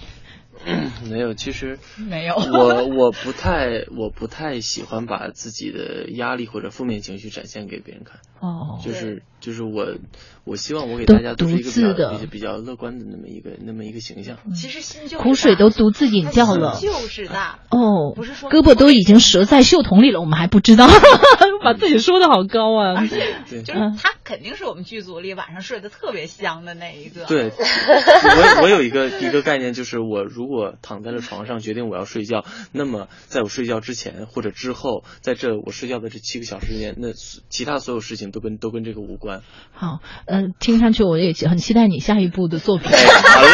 [SPEAKER 5] 没有，其实
[SPEAKER 2] 没有
[SPEAKER 5] 我我不太我不太喜欢把自己的压力或者负面情绪展现给别人看，
[SPEAKER 1] 哦，
[SPEAKER 5] 就是就是我我希望我给
[SPEAKER 1] 都
[SPEAKER 5] 大家都是一
[SPEAKER 1] 独
[SPEAKER 5] 个比
[SPEAKER 1] 自的
[SPEAKER 5] 较比较比较乐观的那么一个那么一个 形象。
[SPEAKER 7] 其实心就是
[SPEAKER 1] 苦水
[SPEAKER 7] 大
[SPEAKER 1] 都毒自己
[SPEAKER 7] 他
[SPEAKER 1] 掉
[SPEAKER 7] 心
[SPEAKER 1] 了。
[SPEAKER 7] 就是大。
[SPEAKER 1] 哦，
[SPEAKER 7] 不是说
[SPEAKER 1] 胳膊都已经折在袖筒里了，我们还不知 道，把自己说的好高啊！
[SPEAKER 7] 哎
[SPEAKER 5] 对
[SPEAKER 7] 就是他肯定是我们剧组里晚上睡得特别香的那
[SPEAKER 2] 啊
[SPEAKER 7] 一个。，
[SPEAKER 5] 对，我我有一个一个概念，就是我如果躺在了床上决定我要睡觉，那么在我睡觉之前或者之后，在这我睡觉的这七个小时之间，那其他所有事情都跟都跟这个无关。
[SPEAKER 1] 好，嗯、听上去我也很期待你下一部的作品。
[SPEAKER 5] 好嘞，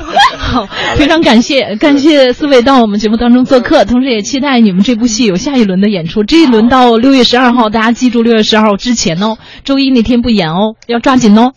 [SPEAKER 1] 好，非常感谢感谢四位到我们节目当中做客，同时也期待你们这部戏有下一轮的演出。这一轮到六月十二号，大家记住六月十二号之前哦，周一那天不演哦，要抓紧哦。